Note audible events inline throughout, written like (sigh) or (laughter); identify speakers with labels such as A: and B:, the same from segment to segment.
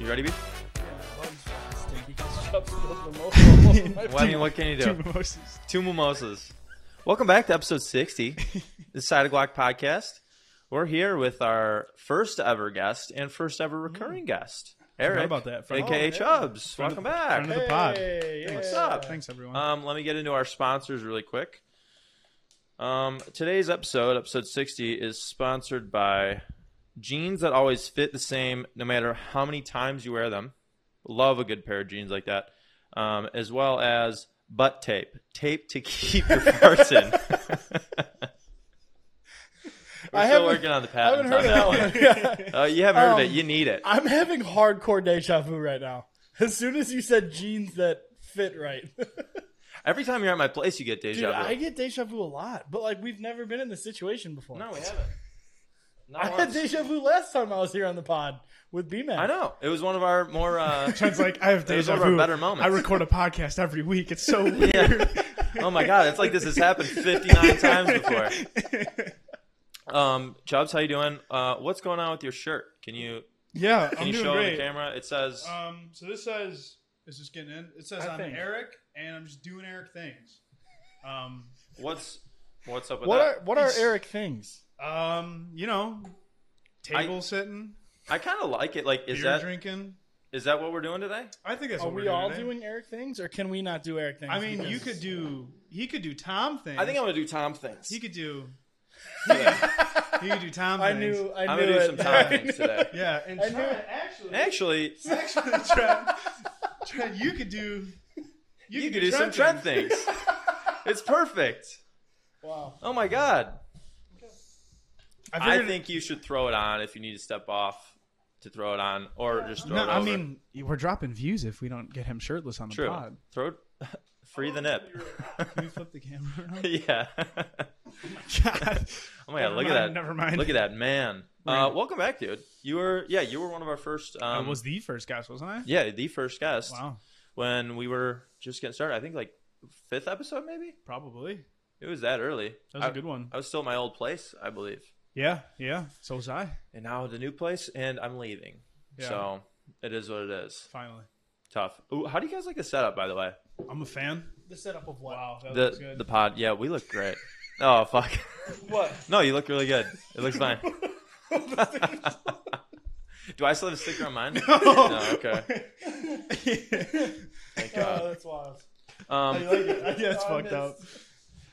A: You ready, B? Well, I mean, what can you do?
B: mimosas.
A: Two mimosas. Welcome back to episode
B: (laughs)
A: 60, the Side of Glock podcast. We're here with our first ever guest and first ever recurring guest, Eric,
B: Mm. about that. Friend-
A: aka
B: Oh, yeah.
A: Chubbs.
B: Friend
A: Welcome
B: of-
A: back.
B: friend of the pod.
A: What's up?
B: Thanks, everyone.
A: Um, let me get into our sponsors really quick. Um, today's episode, episode 60, is sponsored by jeans that always fit the same no matter how many times you wear them. Love a good pair of jeans like that. Um, as well as butt tape. Tape to (laughs) keep your farts in. (laughs) We're
C: I
A: still
C: haven't-
A: working on the
C: I
A: patent.
C: haven't heard
A: on
C: of that one.
A: Uh, you haven't heard
C: Um,
A: of it. You need it.
C: (laughs) I'm having hardcore deja vu right now. As soon as you said jeans that fit right, (laughs)
A: Every time you're at my place, you get deja
C: dude,
A: vu.
C: I get deja vu a lot, but like we've never been in this situation before.
A: No, we haven't. Not
C: I had
A: once.
C: deja vu last time I was here on the pod with B Man.
A: I know. It was one of our more uh,
B: Trent's like,
A: (laughs)
B: I have
A: Those
B: deja
A: are our
B: vu.
A: better moments.
B: I record a podcast every week.
A: (laughs)
B: It's so weird.
A: Yeah. Oh my god, it's like this has happened
B: (laughs)
A: 59 (laughs) times before. Um, Chubbs, how you doing? Uh, what's going on with your shirt? Can you (laughs)
B: Yeah, uh,
A: can
B: I'm
A: you
B: doing
A: show
B: great.
A: the camera? It says
B: Um, so this says, is this getting in? It says
C: I
B: I'm
C: think.
B: Eric, and I'm just doing Eric things. Um,
A: what's what's up with
C: What
A: that?
C: are what are
B: It's-
C: Eric things?
B: um, you know, table sitting,
A: I kind of like it. Like, is
B: beer
A: that is
B: drinking.
A: that what we're doing today?
B: I think that's
C: Are
B: what we're
C: we all
B: today.
C: doing Eric things, or can we not do Eric things?
B: I mean, you
C: because-
B: could do. He could do Tom things.
A: I think I'm gonna do Tom things.
B: He could do.
A: Yeah.
B: He could do Tom
C: I
B: things.
C: knew. I knew
A: I'm gonna do
C: it.
A: some Tom
C: (laughs)
A: things today.
B: Yeah, and
C: I knew
B: Trent,
C: it.
B: actually,
A: Actually,
B: actually, Trent, Trent, you could do.
A: you, could do some Trent things. (laughs) it's perfect.
C: Wow.
A: Oh my god.
B: I,
A: I
B: figured,
A: think you should throw it on if you need to step off to throw it on, or just throw
B: No,
A: it over.
B: I mean, we're dropping views if we don't get him shirtless on the
A: True.
B: pod.
A: Throw (laughs) free the nip.
B: Can
A: (laughs)
B: we flip the camera? around?
A: yeah. (laughs)
C: (laughs)
B: God.
A: Oh my god,
B: Never
A: look
B: mind,
A: at that.
B: (laughs) Never mind.
A: Look at that man. Uh, welcome back, dude. You were yeah, you were one of our first
B: I
A: um
B: was the first guest,
A: (laughs)
B: wasn't I?
A: yeah, the first guest
B: Wow,
A: when we were just getting started. I think like fifth episode maybe?
B: probably.
A: It was that early.
B: That was
A: I
B: a good one.
A: I was still at my old place, I believe.
B: Yeah, yeah. So was I.
A: And now the new place and I'm leaving.
B: Yeah.
A: So it is what it is.
B: Finally,
A: Tough. Ooh, how do you guys like the setup by the way?
B: I'm a fan.
C: The setup of what?
B: Wow, that looks
A: The
B: good.
A: the pod. Yeah, we look great. Oh fuck.
C: What?
A: No, you look really good. It looks fine. Do I still have a sticker on mine? No, okay. Thank
C: (laughs) Oh,
A: God.
C: that's wild.
A: Um,
B: yeah, it's
C: Oh, I
B: fucked up.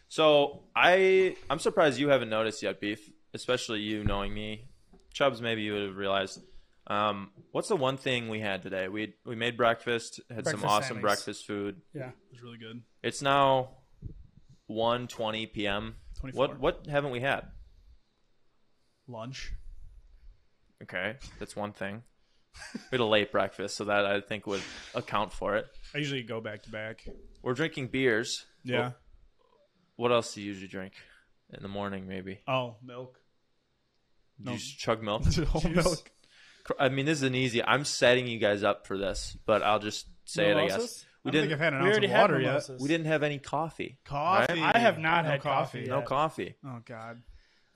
A: so I I'm surprised you haven't noticed yet, Beef. Especially you knowing me, Chubbs. Maybe you would have realized. Um, what's the one thing we had today? We we made breakfast. Had some
C: Breakfast
A: awesome
C: sandwichs.
A: breakfast food.
C: Yeah.
B: It was really good.
A: It's now 1.20 p.m.
B: 24.
A: What what haven't we had?
B: Lunch.
A: Okay, that's one thing. We had a late breakfast, so that I think would account for it.
B: I usually go back to back.
A: We're drinking beers.
B: (laughs) Yeah.
A: What else do you usually drink in the morning? Maybe
B: Oh, milk.
A: do
B: No.
A: you just chug
B: (laughs)
A: milk?
B: Whole
C: Juice.
B: milk.
A: Cr- I mean, this is an easy. I'm setting you guys up for this, but I'll just say it. I guess
C: Mimosas?
A: we
B: I don't think
A: didn't.
B: I've had an
C: We
B: ounce
C: already
B: of
C: had
B: water yet.
C: mimosas.
A: We didn't have any coffee.
B: Coffee.
A: Right?
C: I have not
B: No
C: had coffee.
A: No
C: yet.
A: coffee.
B: Oh
C: Are
B: God.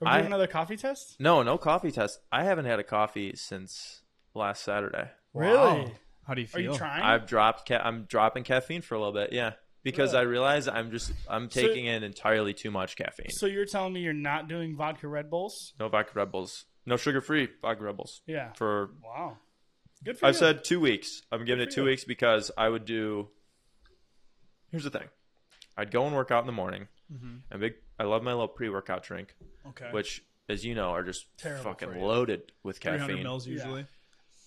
C: we doing
A: I-
C: another coffee test?
A: No, no coffee test. I haven't had a coffee since last Saturday.
C: Really?
B: How do you
C: Are
B: feel?
C: you trying?
A: I've dropped. Ca- I'm dropping caffeine for a little bit. Yeah, because
C: Really?
A: I realize I'm just. I'm
C: So-
A: taking in entirely too much caffeine.
C: so you're telling me you're not doing vodka Red Bulls?
A: no vodka Red Bulls. No sugar free vodka Red Bulls
C: Yeah.
A: for
C: Wow. Good for
A: I've
C: you.
A: said two weeks. I'm giving it
C: for
A: two
C: you.
A: weeks because I would do. Here's the thing, I'd go and work out in the morning.
C: Mm-hmm.
A: And big, I love my little pre-workout drink,
B: Okay.
A: which, as you know, are just
C: Terrible for
A: fucking
C: you.
A: loaded with
B: 300
A: caffeine.
B: mils
C: Yeah.
B: usually.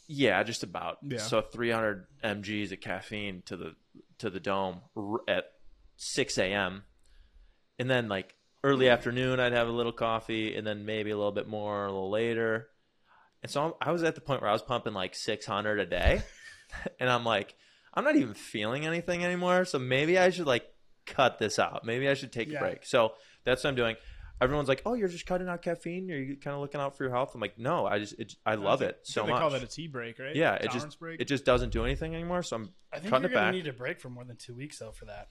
A: Yeah, just about.
B: Yeah.
A: So 300 mg's of caffeine to the to the dome r- at 6 a.m. And then like early afternoon, I'd have a little coffee, and then maybe a little bit more a little later. And so I'm, I was at the point where I was pumping like 600 a day, (laughs) and I'm like, I'm not even feeling anything anymore. So maybe I should like cut this out. Maybe I should take a
C: Yeah.
A: break. So that's what I'm doing. Everyone's like, "Oh, you're just cutting out caffeine. You're kind of looking out for your health." I'm like, "No, I just it, I love it so
B: Oh, they
A: much."
B: call that a tea break, right?
A: Yeah, it
B: Tolerance
A: just
B: break.
A: it just doesn't do anything anymore. So I'm
C: I think
A: cutting
C: you're
A: it
C: gonna
A: back.
C: need a break for more than two weeks though for that.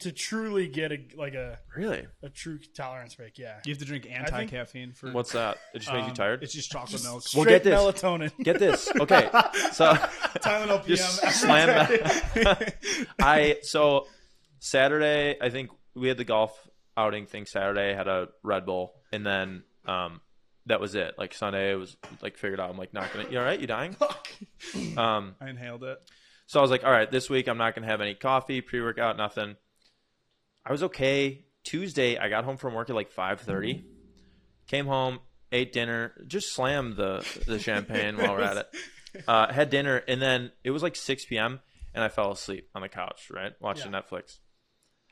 C: to truly get a like a,
A: Really?
C: a true tolerance break. Yeah,
B: You have to drink anti caffeine for.
A: What's that? It just makes
B: um,
A: you tired.
B: It's just chocolate milk.
A: Well, get
C: Straight
A: this.
C: melatonin.
A: Get
B: (laughs)
A: this. Okay. So
B: Tylenol PM.
A: just slam that. (laughs) I so Saturday, I think we had the golf outing thing Saturday, had a Red Bull, and then um that was it. Like Sunday was like figured out I'm like not gonna you all right, you dying? Um
B: I inhaled it.
A: so I was like, all right, this week I'm not gonna have any coffee, pre workout, nothing. I was okay. Tuesday I got home from work at like five thirty, came home, ate dinner, just slammed the the champagne while we're at it. Uh, had dinner and then it was like six PM and I fell asleep on the couch, right? Watching Netflix.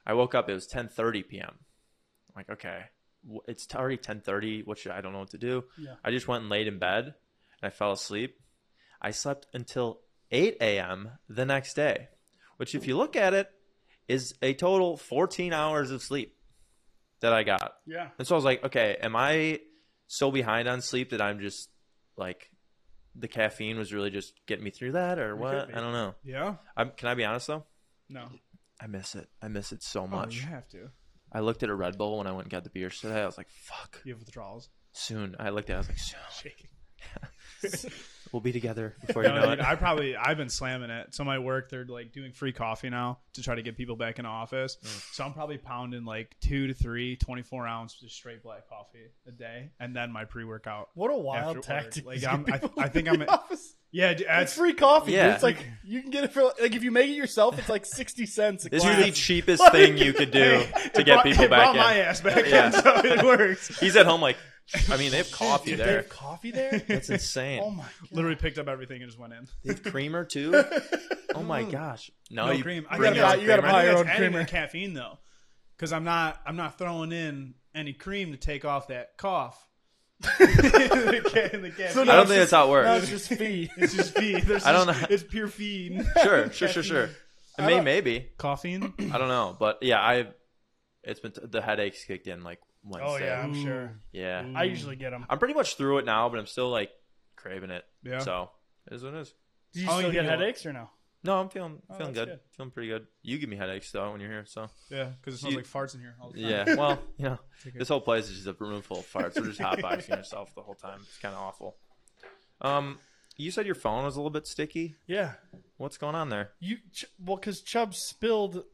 A: I woke up, it was ten thirty PM. I'm like, okay. wh- It's already ten thirty. What should I don't know what to do.
C: Yeah.
A: I just went and laid in bed and I fell asleep. I slept until 8 a.m. the next day, which, if you look at it, is a total 14 hours of sleep that I got.
C: Yeah,
A: And so I was like, okay, am I so behind on sleep that I'm just like the caffeine was really just getting me through that or what?
C: be.
A: I don't know.
B: Yeah.
A: I'm, can I be honest though?
B: No.
A: I miss it. I miss it so
B: Oh,
A: much.
B: you have to.
A: I looked at a Red Bull when I went and got the beers today. I was like, fuck,
B: You have withdrawals.
A: soon. I looked at it. I was like, soon.
B: Shaking.
A: We'll be
B: (laughs)
A: together before you
B: No,
A: know
B: dude,
A: it.
B: I probably I've been slamming it. So my work, they're like doing free coffee now to try to get people back in office.
A: Mm.
B: So I'm probably pounding like two to three 24 ounce just straight black coffee a day, and then my pre workout.
C: what a wild
B: Afterward,
C: tactic.
B: like,
C: to get
B: I'm-
C: (laughs)
B: I-
C: people
B: I
C: in
B: think
C: the
B: I'm a-
C: office.
B: Yeah, dude,
C: It's
B: that's
C: free coffee.
A: Yeah.
C: Dude. It's like you can get it for like if you make it yourself, it's like sixty cents. A
A: It's
C: glass.
A: the cheapest thing you could do
B: (laughs) Hey,
A: to
B: it
A: get
B: brought-
A: people
B: it brought
A: back
B: my
A: in.
B: ass back
A: Yeah.
B: in, so it works.
A: He's at home like, I mean, they
C: (laughs)
A: have coffee
C: Dude, They
A: there.
C: have coffee
B: (laughs)
C: there.
A: That's insane.
C: oh my god.
B: Literally picked up everything and just went in.
A: They have creamer
C: (laughs)
A: too. Oh my gosh. No,
B: No
A: you
B: cream. I
A: bring
B: gotta
A: your
B: buy-
A: own
C: you gotta
A: creamer?
C: buy
B: I
C: your
B: think
C: own
B: that's adding
C: creamer.
B: the caffeine though, because I'm not I'm not throwing in any cream to take off that cough. (laughs) the ca- the caffeine.
C: So
A: I
C: No,
A: don't
C: it's
A: think that's how it
C: Now
A: works.
C: it's just fee.
B: (laughs) it's just feed. There's
A: I don't
B: just-
A: know.
B: It's pure feed.
A: Sure, sure, sure, sure. I mean,
C: don't-
A: maybe.
B: Caffeine.
A: I don't know, but yeah, I. It's been the headaches kicked in like Wednesday.
C: Oh yeah, Mm. I'm
B: Ooh.
C: sure.
A: yeah.
B: Ooh.
C: I usually get them.
A: I'm pretty much through it now, but I'm still like craving it.
B: Yeah.
A: So it is what it is.
C: Do you
B: Oh,
C: still
B: you
C: get
B: know.
C: headaches or no?
A: No, I'm feeling
C: Oh,
A: feeling
C: that's
A: good.
C: good.
A: feeling pretty good. You give me headaches though when you're here, so
B: Yeah, because it smells
A: You-
B: like farts in here. All the
C: (laughs)
B: time.
A: yeah. Well, you know,
B: Take it.
A: this whole place is just a room full of farts. We're just
C: (laughs)
A: hotboxing yourself the whole time. It's kind of awful. Um, you said your phone was a little bit sticky.
C: Yeah.
A: What's going on there?
C: You Ch- well, because Chubb spilled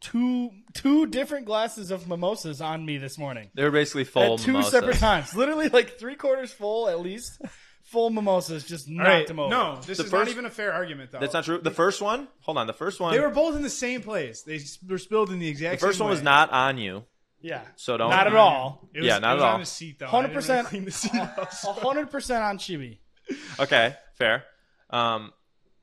C: two two different glasses of mimosas on me this morning
A: They were basically full
C: at two
A: mimosas.
C: separate times. Literally like three quarters full at least. Full mimosas, just
B: All
C: knocked
B: right.
C: them over.
B: No, this
A: The
B: is
A: first-
B: not even a fair argument though.
A: That's not true. The first one, hold on. The first one,
B: They were both in the same place. They s- were spilled in the
A: the
B: exact.
A: first
B: same
A: one was
B: way.
A: not on you,
C: yeah,
A: so don't.
C: Not at all.
B: It was,
A: Yeah, not
B: it was
A: at all.
B: On the seat though. I
C: hundred
B: didn't really
C: percent,
B: clean the seat up, so-
C: hundred percent on Chibi.
A: Okay, fair. Um,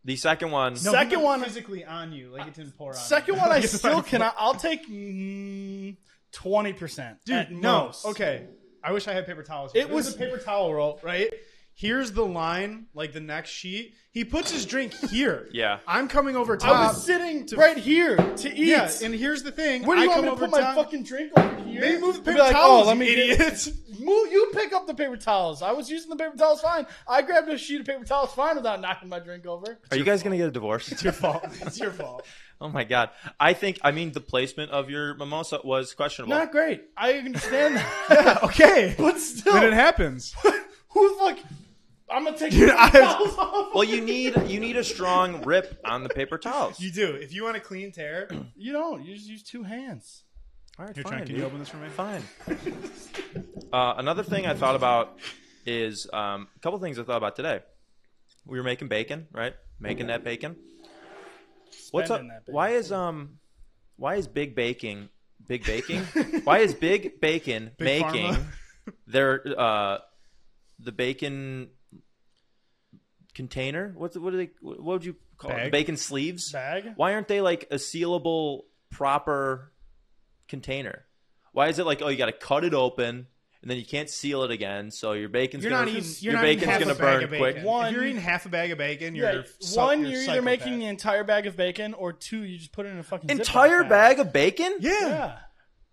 A: the second one,
B: (laughs) No,
C: Second
B: he was
C: one-
B: physically on you, like it didn't pour on.
C: Second
B: you. (laughs)
C: one, I
B: Get
C: still
B: my-
C: cannot. I'll take mm, twenty percent,
B: Dude, no. Okay, I wish I had paper towels.
C: It
B: There
C: was-
B: a paper towel roll, right? Here's the line, like the next sheet. He puts his
C: (laughs)
B: drink here.
A: Yeah.
B: I'm coming over top.
C: I was sitting right here to eat.
B: yeah, and here's the thing.
C: Where do you
B: I
C: want
B: come
C: me to
B: over
C: put my
B: top-
C: fucking drink over here?
B: Maybe move the
C: Be
B: paper
C: like,
B: towels,
C: oh, let
B: you
C: me get- (laughs)
B: idiot. (laughs)
C: Move, you pick up the paper towels. I was using the paper towels fine. I grabbed a sheet of paper towels fine without knocking my drink over.
A: are you guys gonna get a divorce?
B: It's your fault. It's your
C: (laughs)
B: fault.
A: (laughs) oh my god! I think I mean the placement of your mimosa was questionable.
C: Not great. I understand that.
B: (laughs)
C: (laughs)
B: yeah, okay.
C: But still,
B: Then
C: (laughs)
B: it happens.
C: who the fuck? I'm gonna take
B: Dude,
C: the
B: I-
C: paper towels off.
A: well, you need you need a strong rip on the paper towels.
B: You do. If you want a clean tear,
C: (clears throat) You don't. You just use two hands.
A: All right,
B: Here,
A: fine,
B: Trent, can
A: dude.
B: you open this for me?
A: Fine. (laughs) uh, another thing I thought about is um, a couple things I thought about today. We were making bacon, right? Making that bacon. What's up?
C: Spending that bacon.
A: Why is um, why is big baking big baking? (laughs) why is big bacon
B: Big
A: making
B: pharma.
A: (laughs) their uh, the bacon container? What's what do they? What would you call it? The
B: Bag?
A: bacon sleeves?
C: Bag.
A: Why aren't they like a sealable proper container? Why is it like oh you got to cut it open and then you can't seal it again so your bacon's
B: You're
A: gonna
B: not eating. You're
A: your
B: not eating
A: bacon's
B: half
A: gonna
B: a bag
A: burn
B: of
A: quick.
B: bacon.
C: One-
B: if you're eating half a bag of bacon, you're
C: Yeah,
B: so-
C: one, you're, either
B: psychopath.
C: making the entire bag of bacon, or two, you just put it in a fucking Ziploc
A: Entire bag of bacon?
B: yeah.
C: Yeah.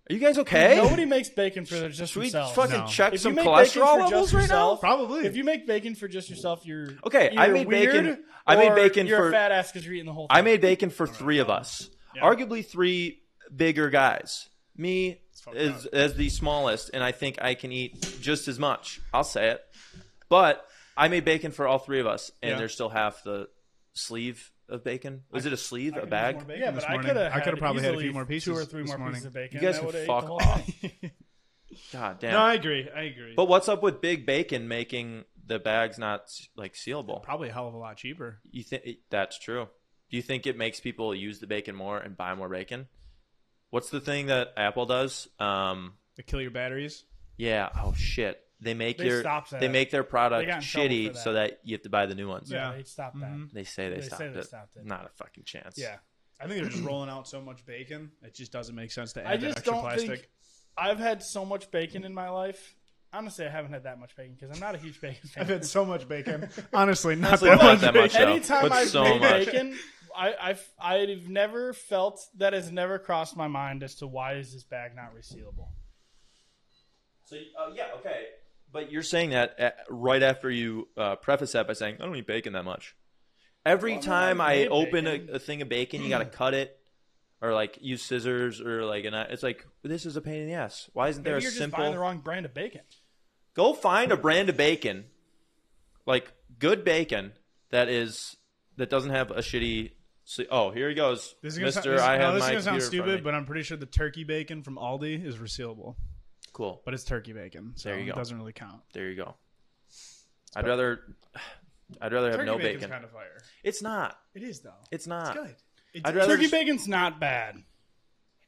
A: Are you guys okay?
C: Nobody makes bacon for just
A: Should we
C: themselves.
A: fucking
B: No.
A: check
C: If you
A: some
C: make bacon
A: cholesterol
C: for just
A: levels right now?
C: yourself-
B: Probably.
C: If you make bacon for just yourself, you're
A: Okay, I
C: either
A: made bacon-
C: weird
A: I made
C: or
A: bacon
C: you're
A: for-
C: a fat ass because you're eating the whole. Thing.
A: I made bacon for three of us. Arguably three bigger guys. Me
B: fucked
A: is as the smallest, and I think I can eat just as much. I'll say it, but I made bacon for all three of us, and
B: Yeah.
A: there's still half the sleeve of bacon. Was it a sleeve, a bag?
C: Yeah, but I could have.
B: I could have probably had a few more pieces.
C: two or three
B: this
C: more
B: morning.
C: pieces of
A: You
C: bacon.
A: guys
C: and I
A: can
C: would've ate
A: fuck
C: the whole
A: off.
C: thing.
A: God damn.
B: No, I agree. I agree.
A: But what's up with Big Bacon making the bags not like sealable?
B: probably a hell of a lot cheaper.
A: You think that's true? Do you think it makes people use the bacon more and buy more bacon? What's the thing that Apple does? Um,
B: To kill your batteries.
A: yeah. Oh shit. They make
C: They
A: your
C: stopped that.
A: they make their
C: They
A: product
C: got in trouble
A: shitty
C: for that.
A: so that you have to buy the new ones.
B: Yeah.
C: Yeah, they stopped that.
B: Mhm.
A: They say they,
C: They say
A: stopped,
C: they
A: it.
C: stopped it.
A: Not a fucking chance.
C: Yeah,
B: I think they're just (clears throat) rolling out so much bacon. It just doesn't make sense to add
C: I
B: that
C: just
B: extra
C: don't
B: plastic.
C: think I've had so much bacon in my life. Honestly, I haven't had that much bacon because I'm not a huge bacon
B: (laughs)
C: fan.
B: I've had so much bacon. (laughs) Honestly, not
A: Honestly,
B: that,
A: not
B: much
A: that much.
B: bacon.
A: though,
C: Anytime
A: but
C: I've
A: so
C: made
A: much.
C: bacon, I, I've I've never felt that has never crossed my mind as to why is this bag not resealable.
A: So uh, yeah, okay. But you're saying that uh, right after you uh, preface that by saying I don't eat bacon that much. Every
C: Well, I mean,
A: time
C: I've
A: I
C: made
A: open a,
C: bacon.
A: a thing of bacon, you
C: (clears throat)
A: gotta cut it, or like use scissors, or like and I, it's like this is a pain in the ass. Why isn't
C: Maybe
A: there
C: you're
A: a
C: just
A: simple?
C: buying the wrong brand of bacon.
A: Go find a brand of bacon, like good bacon that is that doesn't have a shitty. se- Oh, here he goes,
B: This is gonna
A: Mister.
B: sound, this,
A: I
B: no,
A: have
B: this
A: my
B: is gonna sound
A: computer in front of
B: stupid,
A: me.
B: but I'm pretty sure the turkey bacon from Aldi is resealable,
A: cool.
B: but it's turkey bacon, so
A: There you go.
B: it doesn't really count.
A: There you go. I'd rather, I'd rather have
B: turkey
A: no
B: bacon's
A: bacon.
B: kind of fire.
A: It's not.
B: It is though.
A: It's not.
B: It's good. It's
A: I'd rather
C: Turkey
A: just-
C: bacon's not bad.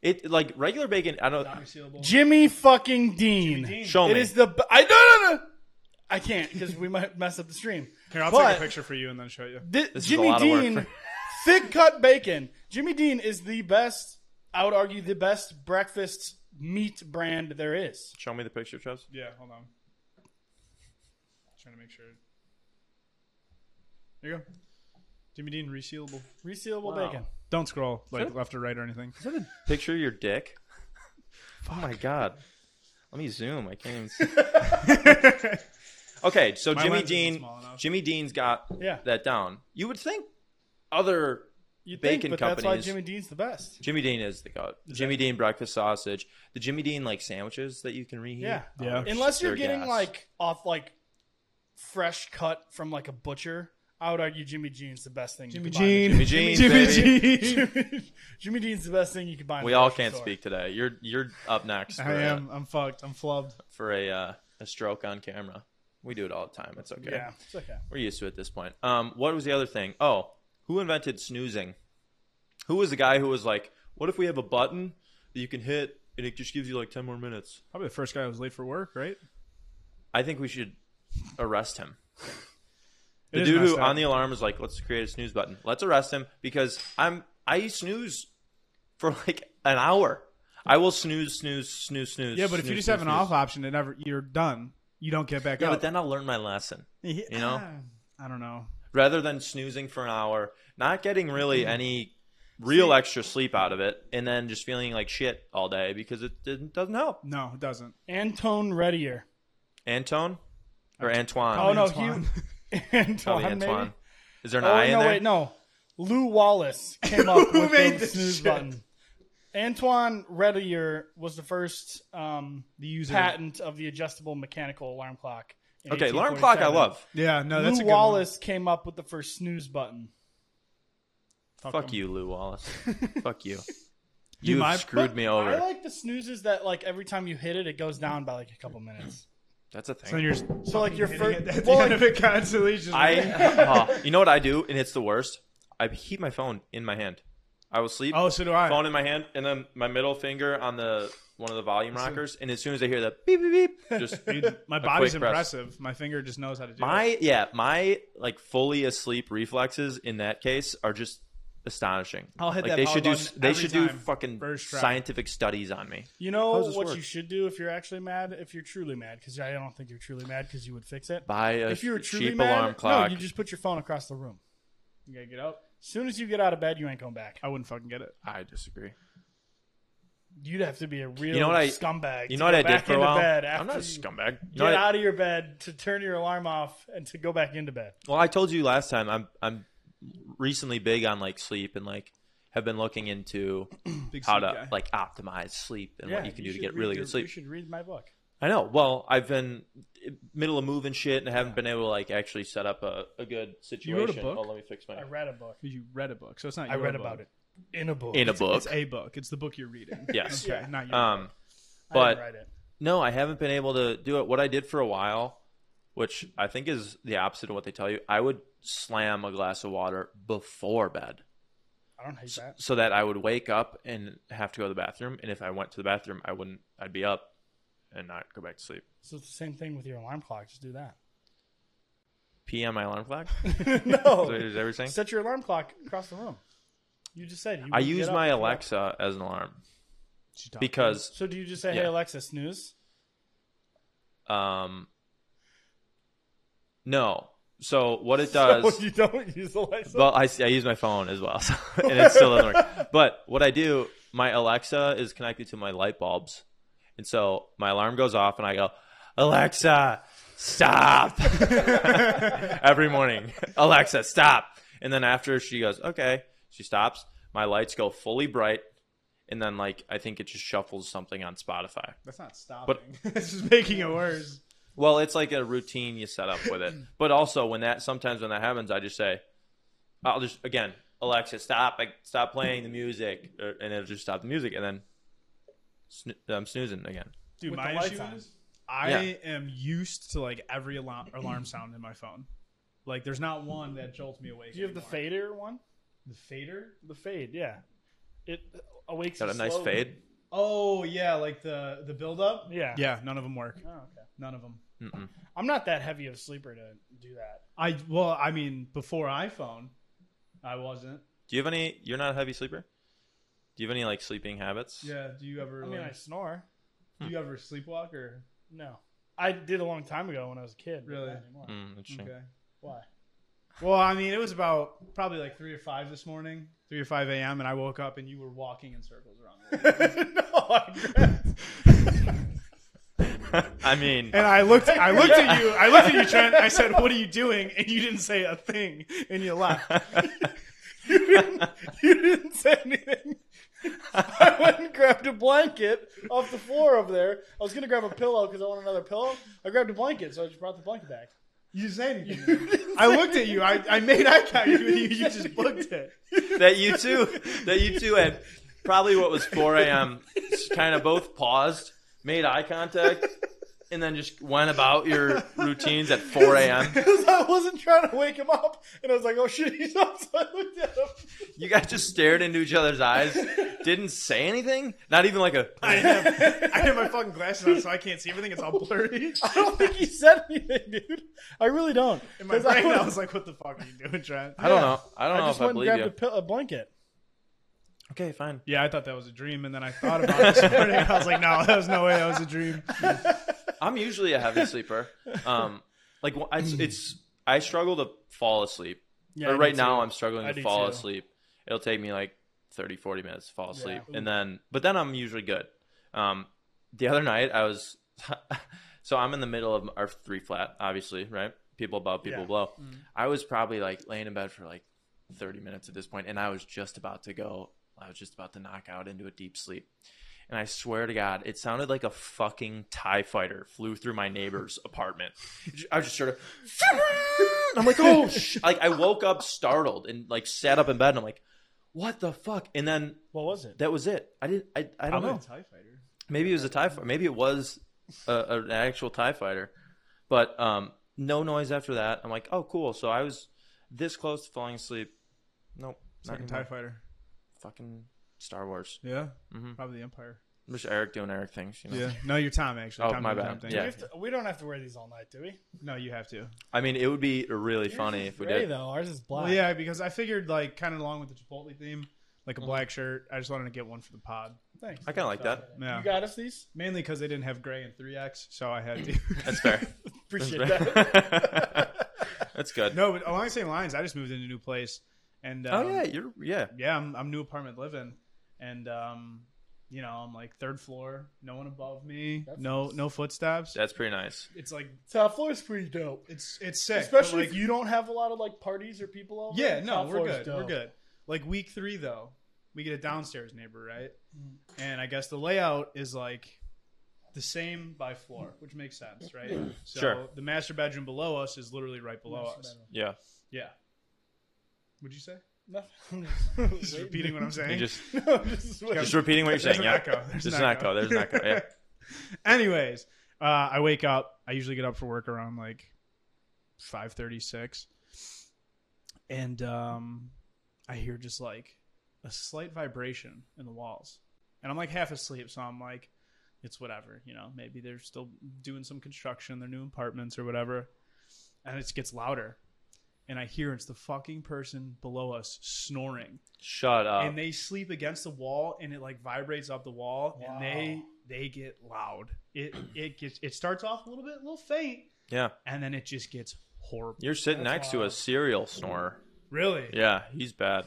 A: It like regular bacon. I don't.
B: not resealable.
C: Jimmy fucking Dean.
B: Dean.
A: Show
C: It
A: me.
C: is the b- I no no no. I can't because we might mess up the stream.
B: Here, I'll
C: But-
B: take a picture for you and then show you.
C: Thi-
A: This is a
C: Jimmy
A: lot of work
C: (laughs) Dean,
A: for-
C: thick cut bacon. Jimmy Dean is the best. I would argue the best breakfast meat brand there is.
A: Show me the picture, Chubbs.
B: Yeah, hold on. Trying to make sure. There you go. Jimmy Dean resealable.
C: Resealable
A: Wow.
C: bacon.
B: Don't scroll like
A: Sure.
B: left or right or anything.
A: Is that a picture of your
B: (laughs)
A: dick? Oh my god. Let me zoom. I
B: (laughs)
A: can't even see. okay, so
B: My
A: Jimmy
B: lens isn't
A: Dean
B: small enough.
A: Jimmy Dean's got
C: Yeah.
A: that down. You would think other
C: You think,
A: bacon
C: but
A: companies
C: that's why Jimmy Dean's the best.
A: Jimmy Dean is the god. Jimmy Dean breakfast sausage. The Jimmy Dean like sandwiches that you can reheat. Oh,
C: Yeah.
B: Yeah.
C: Unless you're
A: They're
C: getting
A: gas.
C: like off like fresh cut from like a butcher, I would argue Jimmy Dean's the best thing. you could buy in the
A: Jimmy Jean,
B: Jimmy
A: baby. (laughs)
C: (laughs)
B: Jean.
C: Jimmy Dean's the best thing you could buy. in
A: We
C: the
A: all
C: grocery
A: can't
C: store.
A: speak today. You're you're up next for,
B: I
A: a-
B: am. I'm fucked. I'm flubbed.
A: for a uh, a stroke on camera. We do it all the time. It's okay.
C: Yeah, it's okay.
A: We're used to it at this point. Um, what was the other thing? Oh, who invented snoozing? Who was the guy who was like, "What if we have a button that you can hit and it just gives you like ten more minutes?"
B: Probably the first guy who was late for work, right?
A: I think we should arrest him.
B: It
A: The
B: is
A: dude who
B: messed up.
A: on the alarm was like, "Let's create a snooze button. Let's arrest him because I'm I snooze for like an hour. I will snooze, snooze, snooze, snooze."
B: Yeah, but if you
A: snooze,
B: just have an
A: snooze,
B: off
A: snooze.
B: option, it never you're done. You don't get back
A: yeah,
B: up.
A: but then I'll learn my lesson.
B: you
A: know?
B: (sighs) I don't know.
A: rather than snoozing for an hour, not getting
B: Mm-hmm.
A: really any real extra sleep out of it, and then just feeling like shit all day because it didn't, doesn't help.
B: No, it doesn't.
C: Antone Reddier.
A: Antone or Antoine?
C: Oh no,
B: Antoine.
C: he (laughs) Antoine,
A: Probably
C: maybe?
A: Antoine. Is there an
C: Oh
A: I in
C: no,
A: there?
C: wait, no. Lou Wallace came up
B: Who
C: with
B: made
C: the
B: this
C: snooze
B: shit?
C: button. Antoine Reddier was the first um,
B: The user.
C: patent of the adjustable mechanical alarm clock. in
A: Okay, alarm clock. I
C: 1847.
A: love.
B: Yeah, no, that's a
C: Lou
B: good one.
C: Wallace came up with the first snooze button.
A: Fuck
B: him.
A: you, Lou
B: (laughs)
A: Wallace. Fuck you.
B: Dude,
A: You've
B: my-
A: screwed me over.
C: I like the snoozes that like every time you hit it, it goes down by like a couple minutes.
A: That's a
B: So then
A: thing.
B: you're just
C: So like your
B: hitting
C: first,
B: it at the
C: well,
B: end
C: like,
B: of it constantly. Just (laughs)
A: I, (laughs)
B: like-
A: uh, you know what I do, and it's the worst. I keep my phone in my hand. I will sleep.
B: oh, so do I.
A: phone in my hand and then my middle finger on the one of the volume rockers and as soon as i hear the beep beep beep
B: (laughs)
A: just (laughs)
B: Dude, my
A: quick
B: body's
A: press.
B: impressive. My finger just knows how to do it.
A: my yeah my like fully asleep reflexes in that case are just astonishing
B: I'll hit
A: like
B: that
A: they
B: power
A: should do
B: button
A: they
B: every
A: should do
B: time.
A: fucking
B: First try.
A: scientific studies on me
C: you know
A: How does this
C: what
A: work?
C: you should do if you're actually mad, if you're truly mad, because I don't think you're truly mad because you would fix it.
A: buy a
C: if you were truly
A: cheap
C: mad,
A: alarm clock
C: no, you just put your phone across the room.
B: You gotta get up.
C: As soon as you get out of bed, you ain't going back.
B: I wouldn't fucking get it.
A: i disagree
C: You'd have to be a real
A: You know what I-
C: scumbag.
A: you
C: to
A: know what
C: go
A: i did
C: back
A: for a
C: into
A: while
C: Bed after
A: i'm not a
C: you
A: scumbag you know
C: Get
A: what I-
C: out of your bed to turn your alarm off and to go back into bed.
A: Well, I told you last time I'm I'm recently big on like sleep and like have been looking into
B: Big
A: how
B: sleep
A: to
B: guy.
A: like optimize sleep and what you can do to
C: should
A: get
C: read
A: really
C: your-
A: good sleep.
C: You should read my book.
A: I know. Well, I've been middle of moving shit and I haven't been able to like actually set up a, a good
B: You
A: situation.
B: wrote a book?
A: Oh, let me fix my
C: I read a book.
B: 'Cause you read a book, so it's not.
C: I
B: your
C: read
B: book.
C: about it in a book.
A: in a book.
B: It's a book. It's the book you're reading.
A: (laughs) Yes.
B: Okay,
C: Yeah.
B: Not your
A: (laughs) Um,
C: I
A: but-
C: read it.
A: no, I haven't been able to do it. What I did for a while, which I think is the opposite of what they tell you, I would slam a glass of water before bed.
C: I don't hate
A: s-
C: that.
A: so that I would wake up and have to go to the bathroom. And if I went to the bathroom, I wouldn't. I'd be up and not go back to sleep.
C: So it's the same thing with your alarm clock. Just do that. (laughs)
A: PM my alarm clock. (laughs) Is that-
C: no.
A: is that what
C: (laughs)
A: you're saying?
C: Set your alarm clock across the room. You just said you
A: I
C: would get
A: use
C: up
A: my
C: and go.
A: Alexa as an alarm
B: She's talking.
A: because
C: So do you just say,
A: Yeah.
C: "Hey Alexa, snooze"?
A: um, no. So what it does,
C: (laughs) So Oh, you don't use Alexa.
A: well, I, I use my phone as well, (laughs) so, and it still doesn't work. But what I do, my Alexa is connected to my light bulbs, and so my alarm goes off, and I go, Alexa, stop. (laughs) every morning. Alexa, stop. And then after she goes, okay, she stops. My lights go fully bright. And then, like, I think it just shuffles something on Spotify.
B: (laughs) that's not stopping. (laughs) it's just making it worse.
A: Well, it's like a routine you set up with it. But also, when that sometimes when that happens, I just say, I'll just again, Alexa, stop, like, stop playing the music, or- and it'll just stop the music, and then sno- I'm snoozing again.
B: Dude,
C: With the
B: my
C: lights
B: issue
C: on.
B: is I am used to like every alarm, alarm sound in my phone. Like, there's not one that jolts me awake.
C: do you have the
B: anymore.
C: fader one?
B: The fader?
C: The fade, yeah. It awakes.
A: Is that
C: you
A: a nice
C: slowly.
A: fade?
B: Oh yeah, like the the build up.
C: Yeah.
B: Yeah, none of them work.
C: Oh, okay.
B: None of them.
A: Mm-mm.
C: I'm not that heavy of a sleeper to do that.
B: I well, I mean, before iPhone, I wasn't.
A: Do you have any? You're not a heavy sleeper. Do you have any like sleeping habits?
B: Yeah. Do you ever?
C: I mean, I
B: like,
C: snore.
B: do you ever sleepwalk or?
C: No, I did a long time ago when I was a kid. but
B: Really?
C: not anymore.
A: Mm, interesting.
B: Okay.
C: Why? (laughs)
B: Well, I mean, it was about probably like three or five this morning, three or five a.m., and I woke up and you were walking in circles around. the room. (laughs)
A: (laughs) I mean,
B: And I looked, (laughs) I looked at you, I looked at you, Trent. I said, "What are you doing?" And you didn't say a thing, and you (laughs) left.
C: you, didn't, you didn't say anything. I went and grabbed a blanket off the floor over there. I was gonna grab a pillow because I want another pillow. I grabbed a blanket, so I just brought the blanket back.
B: You didn't say anything. (laughs) I looked
C: (laughs)
B: at you. I, I made eye contact with you. You just looked at.
A: that you two that you two at probably what was 4 a.m. kind of both paused, made eye contact, and then just went about your routines at 4 a.m.
C: Because I wasn't trying to wake him up, and I was like, "Oh shit, he's up!" So I looked at him.
A: You guys just stared into each other's eyes, didn't say anything, not even like a.
B: I have, I have my fucking glasses on, so I can't see everything. It's all (laughs) blurry.
C: (laughs) I don't think he said anything, dude. I really don't.
B: In my
C: 'Cause I
B: brain, I
C: was-
B: was like, "What the fuck are you doing, Trent?"
A: I don't know. I don't
C: I
A: know
C: just
A: if I
C: went and
A: believe
C: grabbed
A: you.
C: a, pill- a blanket.
A: okay, fine.
B: Yeah, I thought that was a dream, and then I thought about it this (laughs) morning. And I was like, "No, that was no way. That was a dream."
A: (laughs) I'm usually a heavy sleeper. Um, like wh-
C: (clears throat)
A: it's, it's I struggle to fall asleep.
C: Yeah,
A: Or
C: I
A: right
C: do
A: now
C: too.
A: I'm struggling
C: I
A: to
C: do
A: fall
C: too.
A: asleep. It'll take me like 30 40 minutes to fall asleep.
C: Yeah.
A: And then but then I'm usually good. Um the other night I was (laughs) so I'm in the middle of our three flat obviously, right? People above, people
C: Yeah.
A: below. I was probably like laying in bed for like 30 minutes at this point and I was just about to go I was just about to knock out into a deep sleep. And I swear to God, it sounded like a fucking TIE fighter flew through my (laughs) neighbor's apartment. I was just (laughs) sort of, I'm like, oh, sh-. (laughs) like I woke up startled and like sat up in bed and I'm like, what the fuck? And then
C: What was it?
A: that was it. I didn't, I, I don't know.
B: Tie fighter.
A: Maybe it was a TIE fighter. Maybe it was a, a- an actual TIE fighter. But um, no noise after that. I'm like, oh, cool. So I was this close to falling asleep. Nope. Not
B: Fucking Tie
A: anymore.
B: fighter.
A: fucking Star Wars.
B: Yeah,
A: Mhm.
B: probably the Empire.
A: I'm just Eric doing Eric things, you know?
B: Yeah. No, you're Tom actually.
A: Oh,
B: Tom
A: my
B: doing
A: bad.
B: Tom thing.
A: Yeah.
C: We, have to, we don't have to wear these all night, do we?
B: No, you have to.
A: I mean, it would be really funny
C: Yours is
A: if we
C: gray,
A: did.
C: though. Ours is black.
B: Well, yeah, because I figured like kind of along with the Chipotle theme, like a black shirt. I just wanted to get one for the pod.
C: Thanks.
A: I kind of like that.
B: Yeah.
C: You got us these?
B: Mainly because they didn't have gray and 3X, so I had to.
A: (laughs) That's
B: (laughs)
A: fair.
C: Appreciate
A: That's
C: that.
A: (laughs) fair. That's good.
B: no, but along the same lines, I just moved into a new place. And um,
A: oh yeah, you're yeah.
B: yeah, I'm, I'm new apartment living, and um, you know, I'm like third floor, no one above me,
C: That's
B: no no footsteps.
A: That's pretty nice.
B: It's like
C: Top floor is pretty dope.
B: it's it's sick, but,
C: Especially
B: like,
C: if you don't have a lot of like parties or people over.
B: Yeah, no,
C: Top
B: we're
C: floor is
B: good,
C: dope.
B: we're good. Like week three though, we get a downstairs neighbor, right?
C: Mm.
B: And I guess the layout is like the same by floor, which makes sense, right? (clears throat) So
A: Sure.
B: the master bedroom below us is literally right below
C: Master
B: us.
C: bedroom.
A: Yeah.
B: Yeah. Would you say?
C: Nothing. (laughs)
B: Just repeating what I'm saying.
A: You just
B: (laughs)
C: No, this is
A: (laughs)
C: what-
A: just repeating what you're
B: There's
A: saying.
B: an
A: Yeah.
B: echo. There's
A: There's an echo. There's an echo. Yeah.
B: (laughs) Anyways, uh, I wake up. I usually get up for work around like five thirty six, and um, I hear just like a slight vibration in the walls, and I'm like half asleep, so I'm like, it's whatever, you know. Maybe they're still doing some construction, their new apartments or whatever, and it gets louder. And I hear it's the fucking person below us snoring
A: Shut up.
B: and they sleep against the wall and it like vibrates up the wall
C: Wow.
B: and they they get loud it it gets it starts off a little bit a little faint
A: yeah.
B: and then it just gets horrible
A: You're sitting
C: That's
A: next to a
C: wild.
A: serial snorer.
B: really
A: Yeah, he's bad.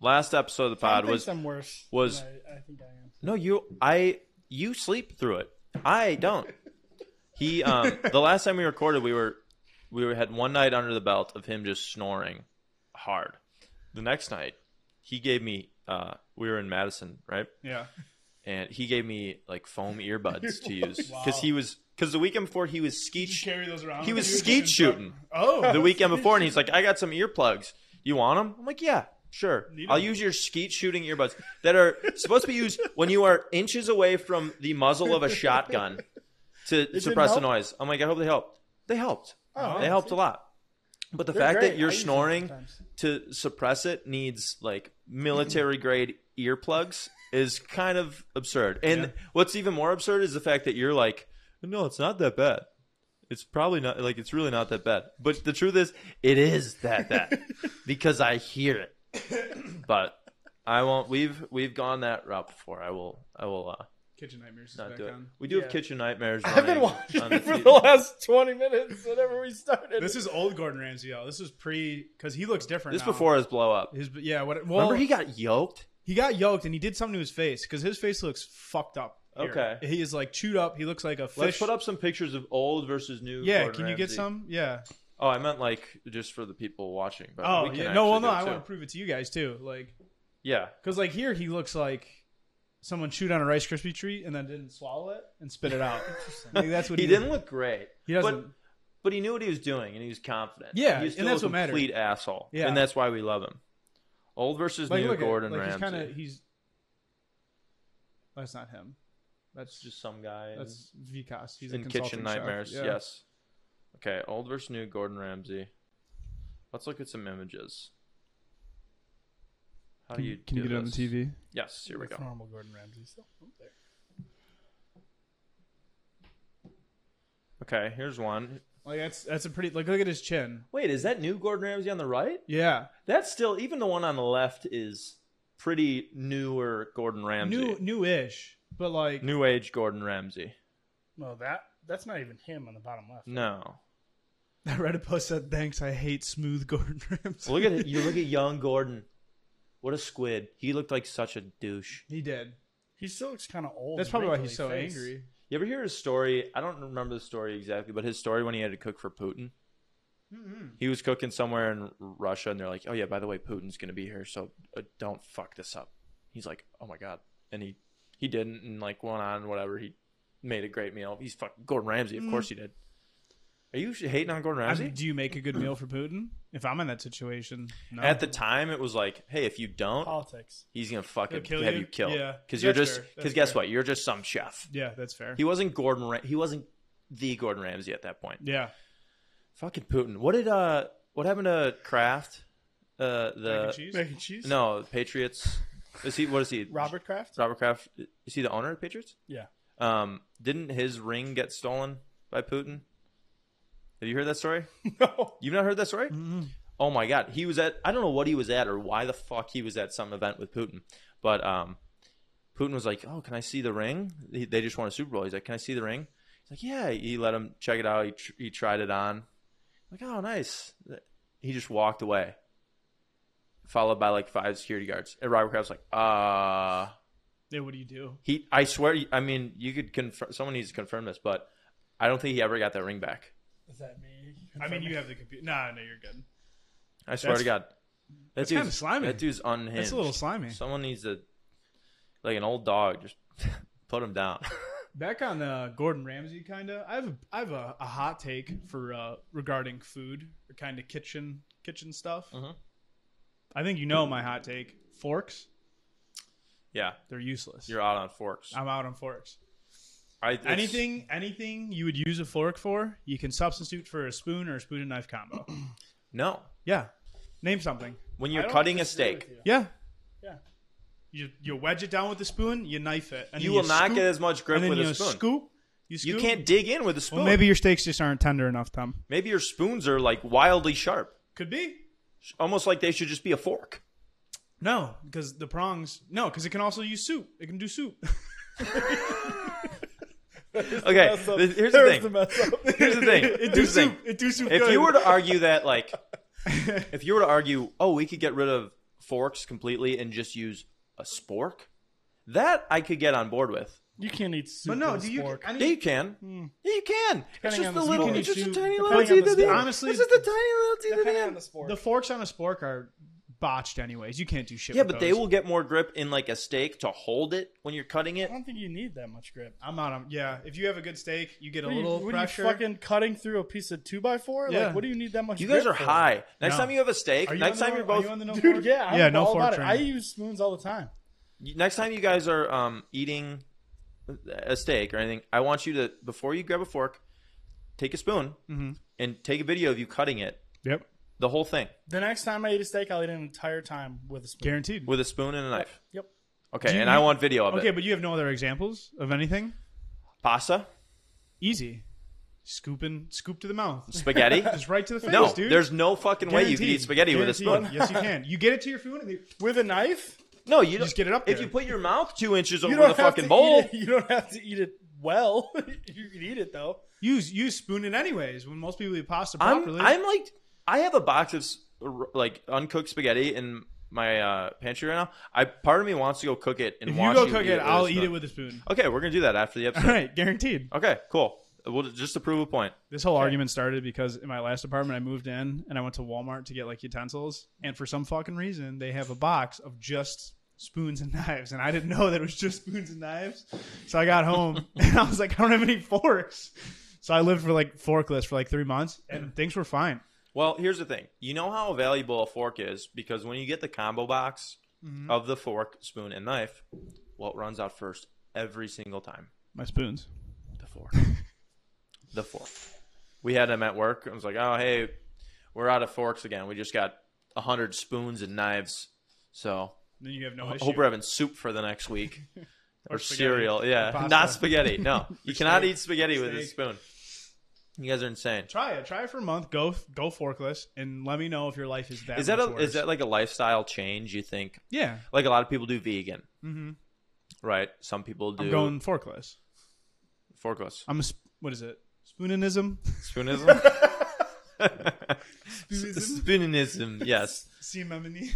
A: Last episode of the
C: I
A: pod
C: think
A: was
C: I'm worse.
A: was-
C: than I, I think I am.
A: No, you I you sleep through it. I don't. He
C: (laughs)
A: um the last time we recorded we were we were, had one night under the belt of him just snoring hard. The next night he gave me uh we were in Madison, right?
B: yeah
A: And he gave me like foom earbuds
C: (laughs)
A: to use
C: Wow.
A: cuz he was cuz the weekend before he was
B: Did
A: skeet
B: you carry those around
A: he
B: with
A: was
B: you?
A: skeet shooting
B: oh
A: the weekend before, and he's like, "I got some earplugs. You want them?" I'm like, "Yeah, sure.
B: Need 'em.
A: I'll use your skeet shooting earbuds that are supposed to be used when you are inches away from the muzzle of a shotgun to
C: didn't
A: suppress the
C: help?
A: noise." I'm like, "I hope they helped. They helped.
C: (laughs) Oh,
A: they helped a lot." But the
C: They're
A: fact
C: great.
A: that
C: I
A: you're
C: use them
A: snoring
C: sometimes.
A: to suppress it needs like military grade earplugs is kind of absurd. And
B: Yeah.
A: what's even more absurd is the fact that you're like, no, it's not that bad. It's probably not like it's really not that bad. But the truth is, it is that
B: (laughs)
A: bad because I hear it. But I won't. We've we've gone that route before. I will. I will uh,
B: kitchen nightmares is
A: not
B: back
A: do it.
B: on
A: We do
C: Yeah.
A: have kitchen nightmares.
C: I've been
A: running
C: watching
A: on
C: it for
A: TV.
C: the last 20 minutes whenever we started.
B: this is old gordon ramsay y'all this is pre because he looks different
A: This
B: now.
A: before his blow up.
B: his yeah what well
A: Remember, he got yoked.
B: He got yoked and he did something to his face because his face looks fucked up. here.
A: Okay.
B: He is like chewed up. He looks like a fish.
A: Let's put up some pictures of old versus new.
B: yeah,
A: Gordon
B: can you get
A: Ramsay.
B: some? Yeah.
A: Oh, I meant like just for the people watching. But
B: Oh,
A: we can
B: yeah. No, well,
A: actually
B: no, I
A: do it,
B: want to
A: too.
B: prove it to you guys too. Like,
A: Yeah,
B: because like here he looks like someone chewed on a Rice Krispie treat and then didn't swallow it and spit it out.
A: (laughs)
B: like, that's
C: (laughs)
B: what
A: he
B: he,
A: didn't look great.
B: He
A: But,
B: doesn't.
A: but he knew what he was doing, and he was confident.
B: Yeah,
A: he was
B: and that's
A: a
B: what mattered.
A: complete asshole.
B: Yeah.
A: and that's why we love him. Old versus
B: like,
A: new,
B: look
A: Gordon
B: at, like,
A: Ramsay.
B: He's kind of he's. That's not him.
A: That's just some guy. in-
B: That's Vikas. He's a
A: in
B: consulting
A: kitchen
B: chef.
A: nightmares.
B: Yeah.
A: Yes. Okay, old versus new, Gordon Ramsay. Let's look at some images. How do
B: Can
A: you
B: you, can you
A: do
B: get it on the
A: this?
B: TV?
A: Yes, here we go.
C: Normal Gordon Ramsay. So, oh, there.
A: Okay, here's one.
B: Like that's that's a pretty like look at his chin.
A: Wait, is that new Gordon Ramsay on the right?
B: Yeah.
A: That's still even the one on the left is pretty newer Gordon Ramsay.
B: new newish, but like
A: New age Gordon Ramsay.
C: Well, that that's not even him on the bottom left.
A: No.
B: I read a post that thanks I hate smooth Gordon (laughs) Ramsay.
A: Look at it. You look at young Gordon. What a squid. He looked like such a douche.
B: He did.
C: He still looks kind of old.
B: That's
C: and
B: probably why
C: wrinkly
B: he's so
C: face.
B: angry.
A: You ever hear his story? I don't remember the story exactly, but his story when he had to cook for Putin.
B: Mm-hmm.
A: He was cooking somewhere in Russia, and they're like, "Oh yeah, by the way, Putin's gonna be here, so uh, don't fuck this up." He's like, "Oh my god," and he he didn't, and like went on and whatever. He made a great meal. He's fucking Gordon Ramsay, of
B: Mm.
A: course he did. Are you hating on Gordon
B: I
A: Ramsay?
B: mean, do you make a good meal for Putin? If I'm in that situation, no.
A: At the time, it was like, "Hey, if you don't,
C: Politics.
A: he's gonna fucking
B: He'll kill
A: have
B: you.
A: you, killed."
B: Yeah.
A: because you're
B: That's
A: just
B: fair.
A: because
B: That's
A: guess
B: fair.
A: what? You're just some chef.
B: yeah, that's fair.
A: He wasn't Gordon. Ra- he wasn't the Gordon Ramsay at that point.
B: yeah,
A: Fucking Putin. What did uh what happened to Kraft? Uh
B: mac and
A: the
B: cheese.
C: Mac and cheese.
A: No, the Patriots. Is he what is he?
C: Robert Kraft.
A: Robert Kraft is he the owner of the Patriots?
C: Yeah.
A: Um didn't his ring get stolen by Putin? Have you heard that story?
C: (laughs) no.
A: You've not heard that story? Oh my god, he was at I don't know what he was at or why the fuck he was at some event with Putin, but um, Putin was like, "Oh, can I see the ring?" He- They just won a Super Bowl. He's like, "Can I see the ring?" He's like, "Yeah." He let him check it out. He tr- he tried it on. Like, oh, nice. He just walked away, followed by like five security guards. And Robert Kraft's like, "Ah."
B: Yeah, what do you do?
A: He, I swear, I mean, you could confirm. Someone needs to confirm this, but I don't think he ever got that ring back.
C: Is that me?
B: I mean, you have the computer. Nah, no, you're good.
A: I swear
B: That's-
A: to God. That
B: That's kinda
A: dude's-
B: slimy.
A: That dude's unhinged.
B: That's a little slimy.
A: Someone needs to, like an old dog, just (laughs) put him
B: (laughs)
A: down.
B: Back on uh, Gordon Ramsay, kind of. I have a, I have a, a hot take for uh, regarding food or kind of kitchen kitchen stuff.
A: Mhm.
B: I think you know my hot take. Forks,
A: yeah,
B: they're useless.
A: you're out on forks.
B: I'm out on forks.
A: I, it's-
B: Um, anything anything you would use a fork for, you can substitute for a spoon or a spoon and
A: (clears throat)
B: knife combo.
A: No,
B: yeah, name something.
A: when
C: I
A: you're
C: don't
A: cutting a
C: disagree with
A: steak,
C: you.
B: Yeah,
C: Yeah.
B: You you wedge it down with the spoon, you knife it, and
A: you
B: then
A: will not
B: scoop,
A: get as much grip
B: and then
A: with
B: you
A: a spoon.
B: Scoop. You scoop.
A: You can't dig in with a spoon.
B: Well, maybe your steaks just aren't tender enough, Tom.
A: maybe your spoons are like wildly sharp,
B: Could be.
A: almost like they should just be a fork.
B: No, because the prongs. No, because it can also use soup. It can do soup.
A: Okay,
C: Mess up.
A: th- here's the
C: There's
A: thing.
C: mess up.
A: (laughs) Here's the thing.
B: (laughs) it do
A: Here's the
B: soup.
A: thing.
B: It do soup.
A: If
B: good.
A: you were to argue that,
C: (laughs)
A: like, if you were to argue, oh, we could get rid of forks completely and just use a spork, that I could get on board with.
C: You can't eat soup.
B: but no,
C: with a
B: do you?
C: fork.
B: I
A: Yeah, you
B: need,
A: can. Yeah, you can. It's
C: Hmm. Depending
A: just
C: on
A: the
C: the
A: little,
C: sport.
A: it's just a
C: You-
A: tiny little
C: depending on
A: teeth
C: the
A: at the end.
B: sport.
A: It's
B: Honestly,
A: just a tiny little teeth at
C: Depending
A: the
C: on the
A: end.
C: sport.
B: the forks on a spork are botched anyways. You can't do shit.
A: Yeah,
B: with
A: but they
B: those.
A: will get more grip in like a steak to hold it when you're cutting it.
C: I don't think you need that much grip.
B: I'm not. on yeah, if you have a good steak, you get a
C: What are you-
B: little
C: what
B: pressure.
C: are you fucking cutting through a piece of two by four?
B: Yeah.
C: Like, what do you need that much?
A: You guys
C: grip
A: are
C: for?
A: high. Next
B: No.
A: time you have a steak,
B: Are you
A: next
B: on
A: time
B: the,
A: you're
B: no- are
A: both
B: you on the no
C: dude.
B: fork?
C: Yeah, I'm
B: Yeah, no
C: all
B: fork
C: about it.
B: train.
C: I use spoons all the time.
A: next time you guys are um, eating a steak or anything, I want you to before you grab a fork, take a spoon
B: Mhm.
A: and take a video of you cutting it,
B: Yep,
A: the whole thing
C: The next time I eat a steak, I'll eat an entire time with a spoon.
B: guaranteed.
A: with a spoon and a knife.
C: Yep.
A: Okay,
B: Do you-
A: and I want video of
B: okay,
A: it.
B: but you have no other examples of anything. (laughs)
A: Pasta,
B: Easy, scooping, scoop to the mouth,
A: spaghetti.
B: just right to the face,
A: no,
B: dude.
A: there's no fucking way you can eat
B: Guaranteed.
A: spaghetti with a
B: Guaranteed.
A: spoon.
B: Yes, you can. You get it to your food, and you-
C: With a knife,
A: No, you,
B: just
A: don't-
B: get it up
A: If
B: there.
A: you put your mouth two inches
C: you
A: over
C: don't
A: the
C: have
A: fucking
C: to
A: bowl,
C: Eat it. You don't have to eat it well. (laughs) you can eat it though.
B: use use spoon it anyways. When most people eat pasta
A: I'm
B: properly,
A: I'm like I have a box of s- r- like uncooked spaghetti in my uh, pantry right now. I part of me wants to go cook it and
B: if
A: watch
B: you go cook
A: eat
B: it,
A: with a
B: I'll eat
A: spoon.
B: it with a spoon.
A: (laughs)
B: (laughs)
A: Okay, we're gonna do that after the
B: All
A: episode.
B: right, guaranteed.
A: Okay, cool. Well, just to prove a point.
B: This whole argument started because in my last apartment, I moved in and I went to Walmart to get like utensils, and for some fucking reason, they have a box of just spoons and (laughs) knives, and I didn't know that it was just spoons and knives. So I got
A: (laughs)
B: home and I was like, I don't have any forks. So I lived for like forkless for like three months, and things were fine.
A: Well, here's the thing. You know how valuable a fork is because when you get the combo box
B: Mm-hmm.
A: of the fork, spoon, and knife, what runs out first every single time?
B: My spoons.
A: The
B: (laughs)
A: fork. the fork. We had them at work. I was like, oh hey, we're out of forks again. We just got hundred spoons and knives. So
B: Then you have no
A: I
B: issue.
A: hope we're having soup for the next week. or
B: spaghetti.
A: cereal. Yeah.
B: (laughs) Or pasta.
A: Not spaghetti.
B: (laughs)
A: No. you cannot
B: steak.
A: eat spaghetti with a
B: Steak.
A: spoon. You guys are insane.
B: try it. Try it for a month. Go go forkless, and let me know if your life is that.
A: Is that
B: much
A: a
B: worse.
A: is that like a lifestyle change you think?
B: yeah?
A: Like a lot of people do vegan,
B: Mm-hmm.
A: right? Some people do
B: I'm going forkless. (laughs)
A: forkless.
B: I'm a sp- what is it? Spoonism.
A: Spoonism? Spoonism, yes.
B: (laughs)
A: (laughs)
B: See Memony.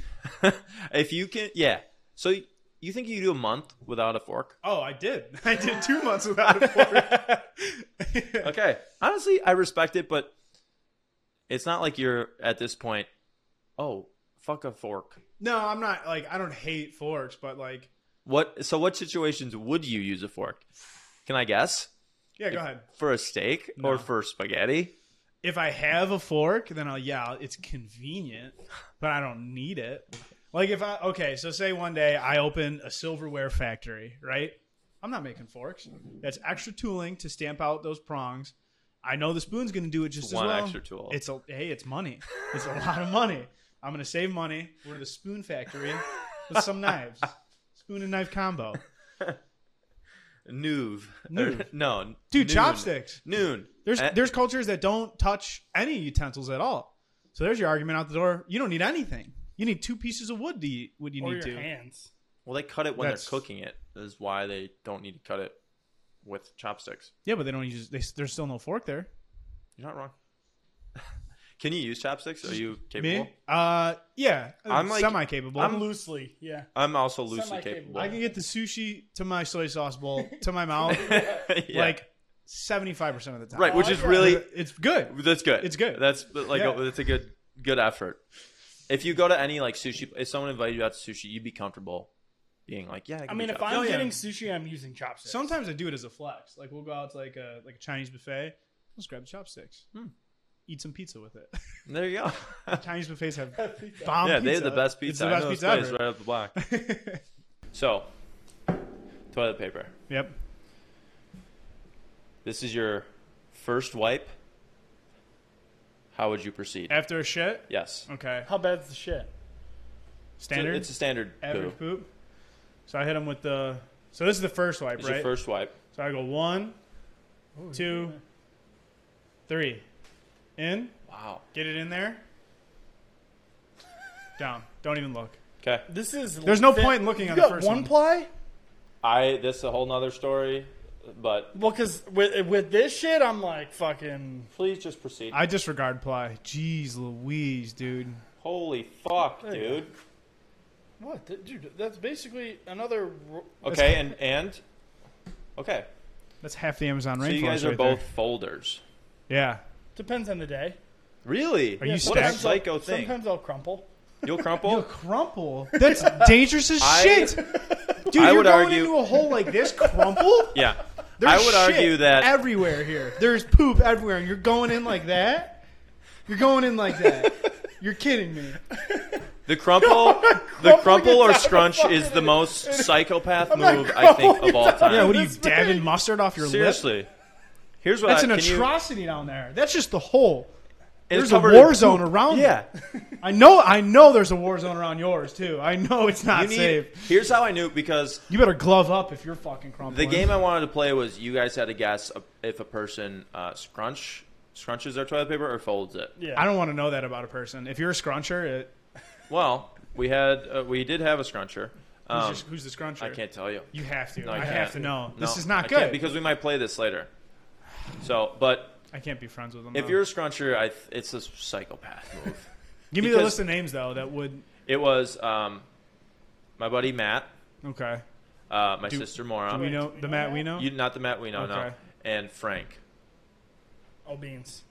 A: if you can yeah. So y- you think you do a month without a fork?
B: Oh, I did. (laughs) I did two months without
A: (laughs)
B: a fork. (laughs)
A: Okay. Honestly, I respect it, but it's not like you're at this point, oh, fuck a fork.
B: no, I'm not like I don't hate forks, but like
A: What so what situations would you use a fork? Can I guess?
B: yeah, go ahead.
A: For a steak or for spaghetti?
B: If I have a fork, then I'll yeah, it's convenient, but I don't need it. Like if I okay, so say one day I open a silverware factory, right? I'm not making forks. That's extra tooling to stamp out those prongs. I know the spoon's going to do it just
A: One
B: as well.
A: extra tool.
B: It's a hey, it's money. It's a lot of money. I'm gonna save money. We're the spoon factory with some knives. Spoon and knife combo.
A: Nuve.
B: Nuve.
A: (laughs) no. noon.
B: Dude, chopsticks.
A: Noon.
B: There's
A: Eh,
B: there's cultures that don't touch any utensils at all. So there's your argument out the door. You don't need anything. You need two pieces of wood to eat what you
C: Or
B: need
C: your
B: to.
C: hands.
A: well, they cut it when
B: That's-
A: they're cooking it. Is why they don't need to cut it with chopsticks.
B: Yeah, but they don't use they, there's still no fork there.
A: You're not wrong. (laughs) Can you use chopsticks? Are you capable?
B: Me? Uh yeah.
A: I'm like-
B: semi capable.
A: I'm-
C: Loosely, yeah.
A: I'm also loosely capable.
C: Semi-capable.
B: I can get the sushi to my soy sauce bowl
A: (laughs)
B: to my mouth
A: Yeah.
B: like seventy five percent of the time.
A: right, which is
C: yeah.
A: really
B: it's good.
A: that's good.
B: It's good.
A: That's but, like
B: Yeah.
A: a, that's a good good effort. If you go to any like sushi, if someone invited you out to sushi, you'd be comfortable being like, yeah. I, can
C: I
A: do
C: mean, if
A: chopsticks.
C: I'm
B: Oh, yeah.
C: getting sushi, I'm using chopsticks.
B: Sometimes I do it as a flex. Like we'll go out to like a like a Chinese buffet. Let's grab chopsticks.
A: Hmm.
B: Eat some pizza with it. (laughs)
A: there you go. (laughs)
B: Chinese buffets have
C: Pizza.
B: bomb
A: yeah, they
B: pizza.
A: have the best
B: It's
A: pizza. I
B: the best
A: know this
B: pizza
A: place
B: ever.
A: right up the block.
B: (laughs)
A: So, toilet paper.
B: yep.
A: This is your first wipe. How would you proceed?
B: After a shit.
A: Yes.
B: Okay.
C: How bad's the shit?
B: Standard.
A: It's a standard poo.
B: average poop. So I hit him with the. So this is the first wipe,
A: It's
B: right?
A: your first wipe.
B: So I go one, two, three, in,
A: Wow.
B: get it in there, down. Don't even look.
A: Okay.
C: This is.
B: There's no point in looking
C: You
B: on the
C: got
B: first
C: one,
B: one.
C: ply?
A: I this is a whole nother story, but
C: Well, because with with this shit, I'm like fucking.
A: please just proceed.
B: I disregard ply. Jeez Louise, dude.
A: Holy fuck,
C: There
A: (laughs)
C: you
A: dude.
C: What, Th- dude? That's basically another. ro-
A: Okay, and and okay.
B: That's half the Amazon
A: So
B: rainforest.
A: you guys are
B: right
A: both
B: there.
A: folders.
B: Yeah.
C: Depends on the day.
A: Really?
B: Are
A: what
B: you
A: a
B: stacked?
A: psycho thing.
C: Sometimes I'll crumple.
A: You'll
B: (laughs)
A: crumple.
B: crumple. That's dangerous as
A: I-
B: shit. Dude,
A: I
B: you're
A: would
B: going
A: argue-
B: into a hole like this, crumple.
A: (laughs) yeah.
B: (laughs) There's
A: I would
B: shit
A: argue that
B: everywhere here. There's poop everywhere, and you're going in like that. You're going in like that.
A: (laughs)
B: You're kidding me.
A: The
B: (laughs)
A: crumple, the crumple or scrunch is the most psychopath
C: not
A: move I think
C: crumbling
A: of all time.
B: Yeah, what are you
C: That's right.
B: dabbing mustard off your lips?
A: Seriously, here's what
B: That's
A: I,
B: an
A: can you-
B: atrocity down there. That's just the hole.
A: and it's
B: There's a
A: covered
B: war
A: in (laughs)
B: zone
A: poop.
B: around
A: Yeah,
B: it. I know. I know there's a war zone around yours too. I know it's not
A: you need,
B: safe.
A: here's how I knew because
B: You better glove up if you're fucking crumbling.
A: the game I wanted to play was you guys had to guess if a person uh, scrunch scrunches their toilet paper or folds it.
C: Yeah.
B: I don't want to know that about a person. If you're a scruncher, it,
A: Well, we had uh, we did have a scruncher.
B: who's,
A: Um,
B: your- who's the scruncher?
A: I can't tell you.
B: You have to.
A: No,
B: I,
A: I
B: have
A: can't.
B: to know.
A: No,
B: This is not
A: I can't
B: good.
A: because we might play this later. So, but
B: I can't be friends with them.
A: if
B: though.
A: you're a scruncher, I, th- it's a psychopath move.
B: give me the
A: because-
B: list of names though, that would
A: It was um, my buddy Matt,
B: okay.
A: uh, my
B: Do-
A: sister Mora,
B: Do we
C: Wait,
B: know
C: do we
B: the
C: know
B: Matt
C: that?
B: we know?
A: you not the Matt we know now,
B: Okay.
A: and Frank
C: Oh, beans.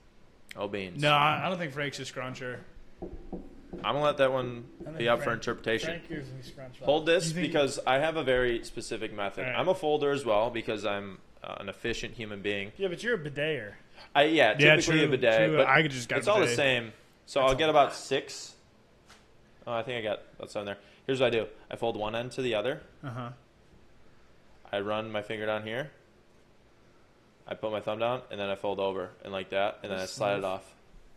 A: O'Beans.
B: No, I I don't think Frake's a scruncher.
A: I'm gonna let that one
C: think
A: be up for
C: Frank-
A: interpretation.
C: Frank gives me scrunch.
A: Hold this
B: You think-
A: because I have a very specific method.
B: Alright.
A: I'm a folder as well because I'm uh, an efficient human being.
C: Yeah, but you're a bidayer.
A: I yeah,
B: Yeah,
A: typically
B: true,
A: a bidet,
B: true.
A: but
B: I could just got
A: it's all the
B: bidet.
A: same. So I'll get about six. Oh, I think I got that's on there. Here's what I do: I fold one end to the other.
B: Uh huh.
A: I run my finger down here. I put my thumb down, and then I fold over, and like that, and then I
B: That's Uh,
A: slide
B: smooth.
A: it off.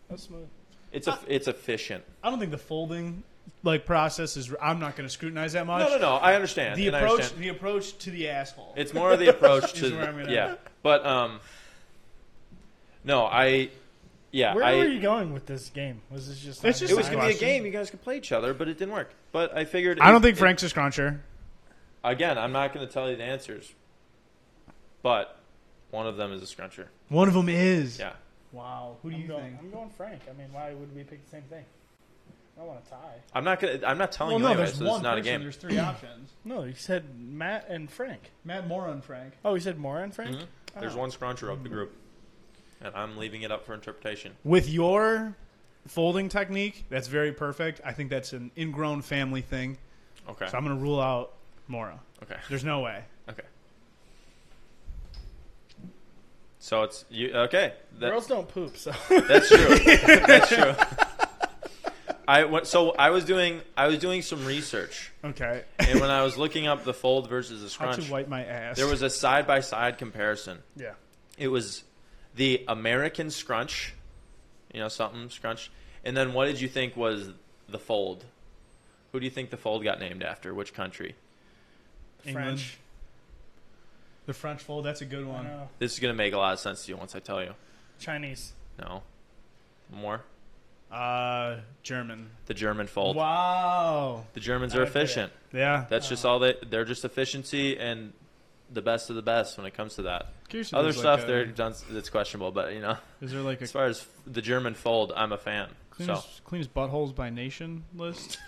C: That's smooth.
A: It's a, it's efficient.
B: I don't think the folding like process is. I'm not going to scrutinize that much.
A: No, no, no. I understand.
B: The
A: and I
B: approach,
A: understand.
B: the approach to the asshole.
A: It's more of the
B: (laughs)
A: approach
B: Is
A: to
B: where I'm gonna-
A: yeah. But um, no, I yeah.
C: Where
A: I
C: were you going with this game? Was this just?
B: It's
C: on
B: just
A: it
C: your
A: was
C: mind?
A: gonna be a
B: Question.
A: game. You guys could play each other, but it didn't work. But I figured.
B: I don't
A: it-
B: think
A: it-
B: Frank's a scruncher.
A: again, I'm not gonna tell you the answers. But one of them is a scruncher.
B: One of them is.
A: Yeah.
B: Wow. Who do
C: I'm
B: you
C: going,
B: think?
C: I'm going Frank. I mean, why would we pick the same thing? I don't want to tie.
A: I'm not gonna. I'm not telling
B: well,
A: you
B: no,
A: anyway.
B: there's
A: So this
B: one
A: is not a
B: person.
A: game.
B: There's three options.
C: No, you said Matt and Frank.
B: Matt Moran, Frank.
C: Oh, you said Mora and Frank.
A: Mhm. There's
C: Oh.
A: one scruncher
B: Mm-hmm.
A: of the group, and I'm leaving it up for interpretation.
B: With your folding technique, that's very perfect. I think that's an ingrown family thing.
A: Okay.
B: So I'm going to rule out Mora.
A: Okay.
B: There's no way.
A: Okay. So it's you. Okay. That,
C: Girls don't poop, (laughs) so
A: That's true.
B: (laughs)
A: That's true. I went, so I was doing I was doing some research,
B: Okay.
A: and when I was looking up the fold versus the
B: How
A: scrunch,
B: to wipe my ass.
A: there was a side by side comparison.
C: yeah.
A: It was the American scrunch, you know, something scrunch, and then what did you think was the fold? Who do you think the fold got named after? Which country?
B: England.
C: French.
B: The French fold. That's a good
C: I
B: one.
C: know.
A: This is gonna make a lot of sense to you once I tell you.
C: Chinese.
A: No, more
B: Uh, German.
A: the German fold.
B: Wow.
A: The Germans
C: I
A: are
C: like that.
A: efficient.
B: Yeah.
A: That's just all they they're just efficiency and the best of the best when it comes to that.
B: Curious if
A: Other
B: there's like uh,
A: stuff
B: a-
A: they're done that's questionable, but you know,
B: Is there like a
A: as far as the German fold, I'm a fan. So
B: cleanest, cleanest buttholes by nation
A: (laughs)
B: list?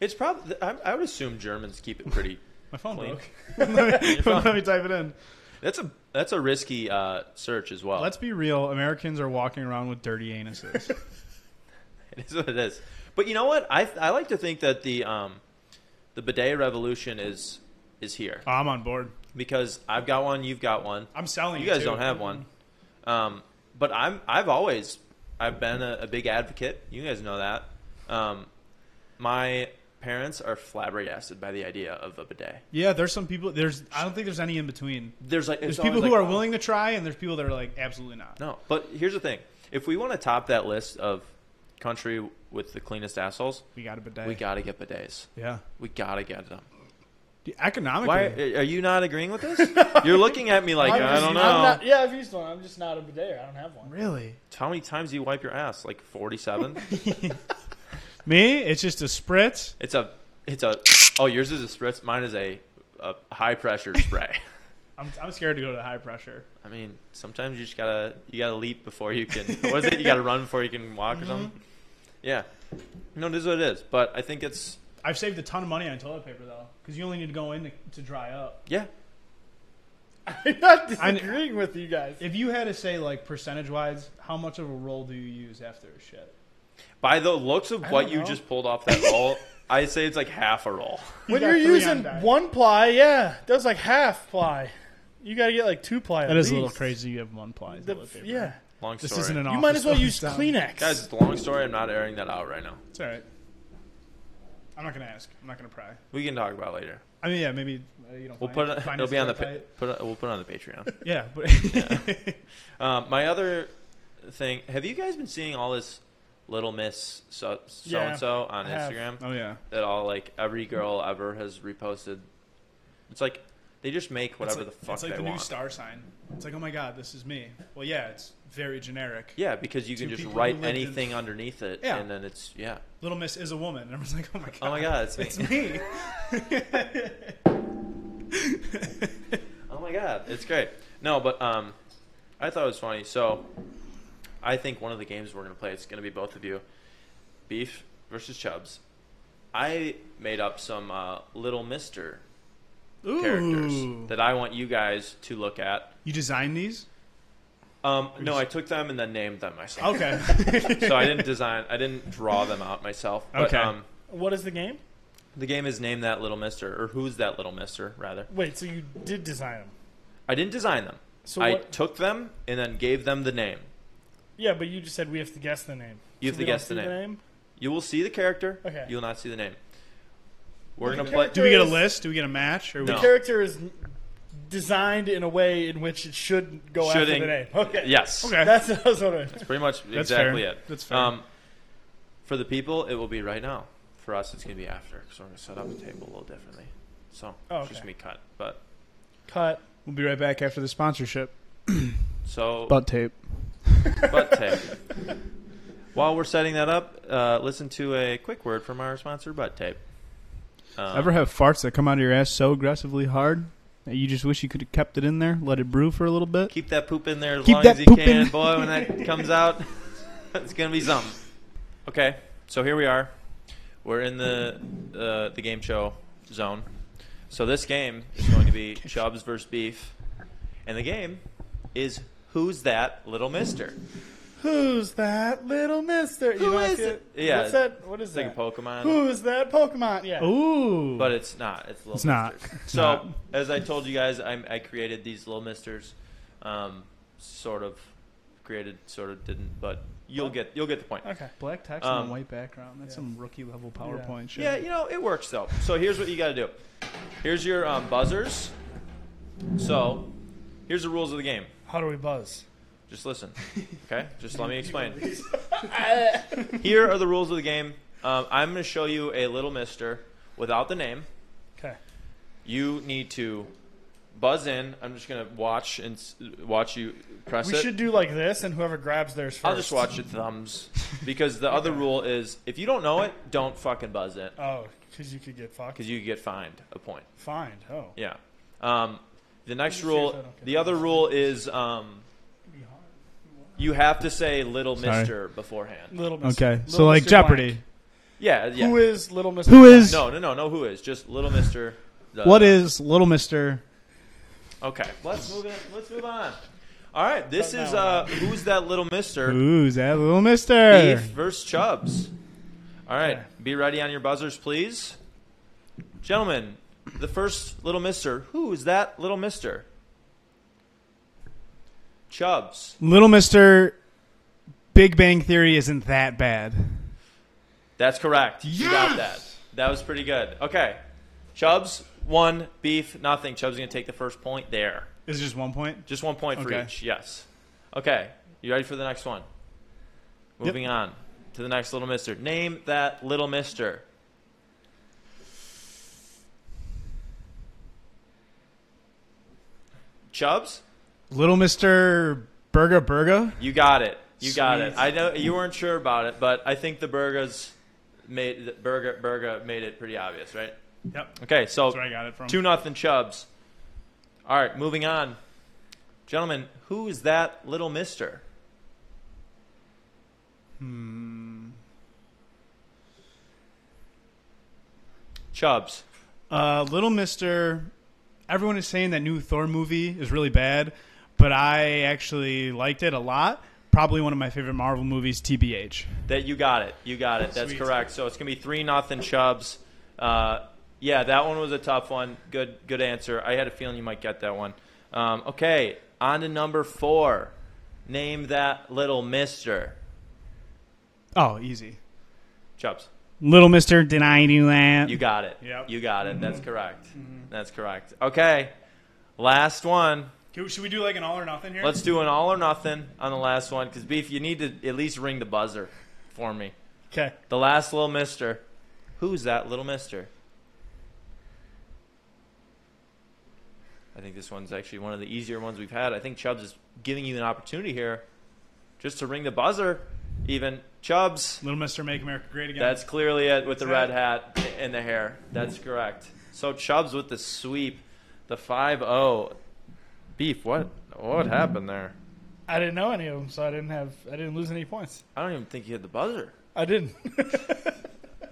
A: it's probably I, I would assume Germans keep it pretty.
B: My phone
A: Clean.
B: broke.
A: (laughs)
B: (laughs) let, me, let me type it in.
A: That's a that's a risky uh, search as well.
B: Let's be real. Americans are walking around with dirty anuses.
A: (laughs) It is what it is. But you know what? I I like to think that the um, the bidet revolution is is here
B: I'm on board.
A: because I've got one, you've got one.
B: I'm selling.
A: You guys
B: too.
A: don't have one.
B: Mm-hmm.
A: Um, but I'm I've always I've been a, a big advocate. You guys know that. Um, my parents are flabbergasted by the idea of a bidet.
B: Yeah, there's some people. There's. I don't think there's any in between.
A: There's like
B: There's
A: it's
B: people
A: always
B: who
A: like,
B: are willing to try, and there's people that are like absolutely not.
A: No, but here's the thing: if we want to top that list of country with the cleanest assholes,
B: We got a bidet.
A: we gotta get bidets.
B: Yeah.
A: We gotta get them.
B: Dude, economically. (laughs)
A: Why are you not agreeing with this? You're looking at me like
C: I'm
A: I
C: just-
A: don't know.
C: I'm not, yeah, I've used one. I'm just not a bidet. I don't have one.
B: Really?
A: How many times do you wipe your ass? Like 47.
B: Me? It's just a spritz.
A: it's a it's a oh yours is a spritz. Mine is a, a high pressure spray.
B: I'm, I'm scared to go to the high pressure.
A: I mean, sometimes you just gotta you gotta leap before you can. What is it? You gotta run before you can walk or something. Yeah. No, it is what it is. But I think it's
B: I've saved a ton of money on toilet paper though, because you only need to go in to, to dry up.
A: yeah.
C: (laughs) I'm not
B: I'm-
C: disagreeing with you guys.
B: If you had to say like percentage wise, how much of a roll do you use after a shit?
A: By the looks of
B: I
A: what
B: don't
A: you
B: know.
A: just pulled off that roll, I say it's like half a roll.
C: when
B: got
C: you're
B: three
C: using
B: on diet.
C: one ply, yeah, that was like half ply. You got to get like two ply.
B: That
C: at
B: is a little
C: least.
B: crazy. You have one ply.
C: The-
B: toilet paper.
C: yeah,
A: Long
B: This
A: story.
B: isn't an.
C: you might
B: office
C: as well use
B: toilet.
C: Kleenex.
A: Guys, it's a long story. I'm not airing that out right now.
B: It's all right. I'm not gonna ask. I'm not gonna pry.
A: We can talk about it later.
B: I mean, yeah, maybe uh, you don't.
A: We'll put
B: find-
A: it.
B: find
A: It'll
B: us
A: be on the pa-
B: website.
A: put. It, we'll put it on the Patreon. (laughs)
B: Yeah, but
A: um, my other thing. Have you guys been seeing all this Little Miss so so
C: Yeah,
A: and so on
C: I have.
A: Instagram?
B: (laughs) oh yeah,
A: That all like every girl ever has reposted. It's like they just make whatever
B: It's like-
A: the fuck
B: It's like
A: they
B: the
A: want.
B: new star sign. It's like, oh my god, this is me. Well, yeah, it's very generic.
A: Yeah, because you
B: Two
A: can just
B: people who
A: write
B: lived in-
A: anything underneath it,
B: Yeah.
A: and then it's yeah.
B: Little Miss is a woman. (laughs) And everyone's like, oh my god.
A: Oh my god, it's me.
B: It's me.
A: Oh my god, it's great. No, but um, I thought it was funny. So, I think one of the games we're gonna play it's gonna be both of you, Beef versus Chubs. I made up some uh, little Mister
B: Ooh.
A: (laughs) characters that I want you guys to look at.
B: you designed these?
A: Um, no, I took them and then named them myself. (laughs)
B: Okay.
A: so I didn't design, I didn't draw them out myself. But,
B: Okay.
A: Um,
C: what is the game?
A: the game is named that little Mister, or who's that little Mister, rather.
C: Wait, so you did design them?
A: I didn't design them.
C: So
A: I
C: what-
A: took them and then gave them the name.
C: Yeah, but you just said we have to guess the name.
A: You have
C: So
A: to
C: we don't
A: guess the
C: see
A: name. You will see the character.
C: Okay.
A: You will not see the name. We're
C: Okay.
A: gonna play.
C: Character-
B: Do we get a list? Do we get a match? Or we
A: No.
C: The character is designed in a way in which it should go after
A: Shouldn't-
C: the name. (laughs) Okay.
A: Yes.
B: Okay.
C: That's what I was wondering.
A: Pretty much
B: That's
A: exactly
B: fair.
A: it.
B: That's fair.
A: Um, for the people, it will be right now. For us, it's gonna be after because we're gonna set up the table a little differently. So
C: Oh,
A: it's
C: okay.
A: just gonna be cut. But
C: Cut.
B: We'll be right back after the sponsorship.
A: so
B: Butt tape.
A: butt tape. While we're setting that up, uh, listen to a quick word from our sponsor, Butt Tape. Um,
B: Ever have farts that come out of your ass so aggressively hard that you just wish you could have kept it in there, let it brew for a little bit?
A: keep that poop in there as
B: Keep
A: long
B: that
A: as you
B: poop
A: can,
B: in-
A: boy. When
B: (laughs)
A: that comes out, (laughs) it's gonna be something. Okay, so here we are. We're in the uh, the game show zone. So this game is going to
B: (laughs)
A: be Chubbs versus Beef, and the game is Who's That Little Mister?
C: Who's that little mister?
A: Who is
C: if
A: it? Yeah.
C: What's that? What is
A: It's like a
C: that?
A: Pokemon,
C: Who's that Pokemon? Yeah.
B: Ooh.
A: but it's not. It's Little
B: It's not.
A: Misters.
B: It's
A: so
B: not.
A: as I told you guys, I, I created these Little Misters, um, sort of created, sort of didn't, but you'll get you'll get the point.
C: Okay.
B: Black text
A: Um,
B: on white background. That's
C: yeah.
B: some rookie level PowerPoint shit.
A: Yeah, you know, it works though. So here's what you got to do. Here's your um, buzzers. So, here's the rules of the game.
C: How do we buzz?
A: Just listen, okay? Just let me explain. Here are the rules of the game. Um, I'm going to show you a little mister without the name.
C: Okay.
A: You need to buzz in. I'm just going to watch and s- watch you press
C: We
A: it.
C: should do like this, and whoever grabs theirs first.
A: I'll just watch your thumbs because the
C: (laughs)
A: other rule is if you don't know it, don't fucking buzz it
C: Oh, because you could get fucked.
A: because you get fined a point.
C: Fined. Oh.
A: Yeah. Um, the next
C: see if I
A: rule,
C: don't get
A: the other rule is um, you have to say "Little
B: Sorry.
A: Mister" beforehand.
C: Little Miss.
B: Okay.
C: Little
B: so like
C: Mr.
B: Jeopardy.
C: Blank.
A: Yeah, yeah.
C: Who is Little Miss?
B: Who is-
A: no, no, no, no. Who is just "Little Mister"? the-
B: What is Little Mister?
A: Okay, let's move it. Let's move on. All right, this
C: But
A: is
C: now-
A: uh, who's that Little Mister?
B: Who's that Little Mister?
A: Beef versus Chubbs. All right, be ready on your buzzers, please, gentlemen. The first little Mister. Who is that little Mister? Chubbs.
B: Little Mister Big Bang Theory isn't that bad.
A: That's correct. You got that. That was pretty good. Okay, Chubbs one beef nothing. Chubbs gonna take the first point there.
B: Is it just one point?
A: Just one point for
B: Okay.
A: each. Yes. Okay. You ready for the next one? Moving on to the next little mister. Name that little mister. Chubbs,
B: Little Mister Burger Burger.
A: you got it. You got it.
B: Sweet.
A: I know you weren't sure about it, but I think the burgers made the burger burger made it pretty obvious, right?
B: Yep.
A: Okay, so
B: That's where I got it from.
A: Two nothing Chubs. All right, moving on, gentlemen. Who is that little Mister? Hmm. Chubs.
B: Uh, Little Mister. Everyone is saying that new Thor movie is really bad, but I actually liked it a lot. Probably one of my favorite Marvel movies, TBH.
A: That you got it. You got it. That's
B: Sweet.
A: correct. So it's gonna be three nothing Chubs. Uh, yeah, that one was a tough one. Good, good answer. I had a feeling you might get that one. Um, okay, on to number four. Name that little Mister.
B: Oh, easy.
A: Chubs.
B: Little Mister denied you that.
A: You got it.
B: Yep. Mm-hmm.
A: You got it. That's correct. That's correct. Okay. Last one.
B: Can- Should we do like an all or nothing here?
A: Let's do an all or nothing on the last one because, Beef, you need to at least ring the buzzer for me.
B: Okay.
A: The last little mister. Who's that little mister? I think this one's actually one of the easier ones we've had. I think Chubbs is giving you an opportunity here just to ring the buzzer, even. Chubbs.
B: Little Mister Make America Great Again.
A: That's clearly it with the red
B: That's
A: hat and the hair. That's correct. So Chubbs with the sweep, the 5-0. Beef, what what happened there?
C: I didn't know any of them, so I didn't have. I didn't lose any points.
A: I don't even think you hit the buzzer.
C: I
A: (laughs)
C: didn't.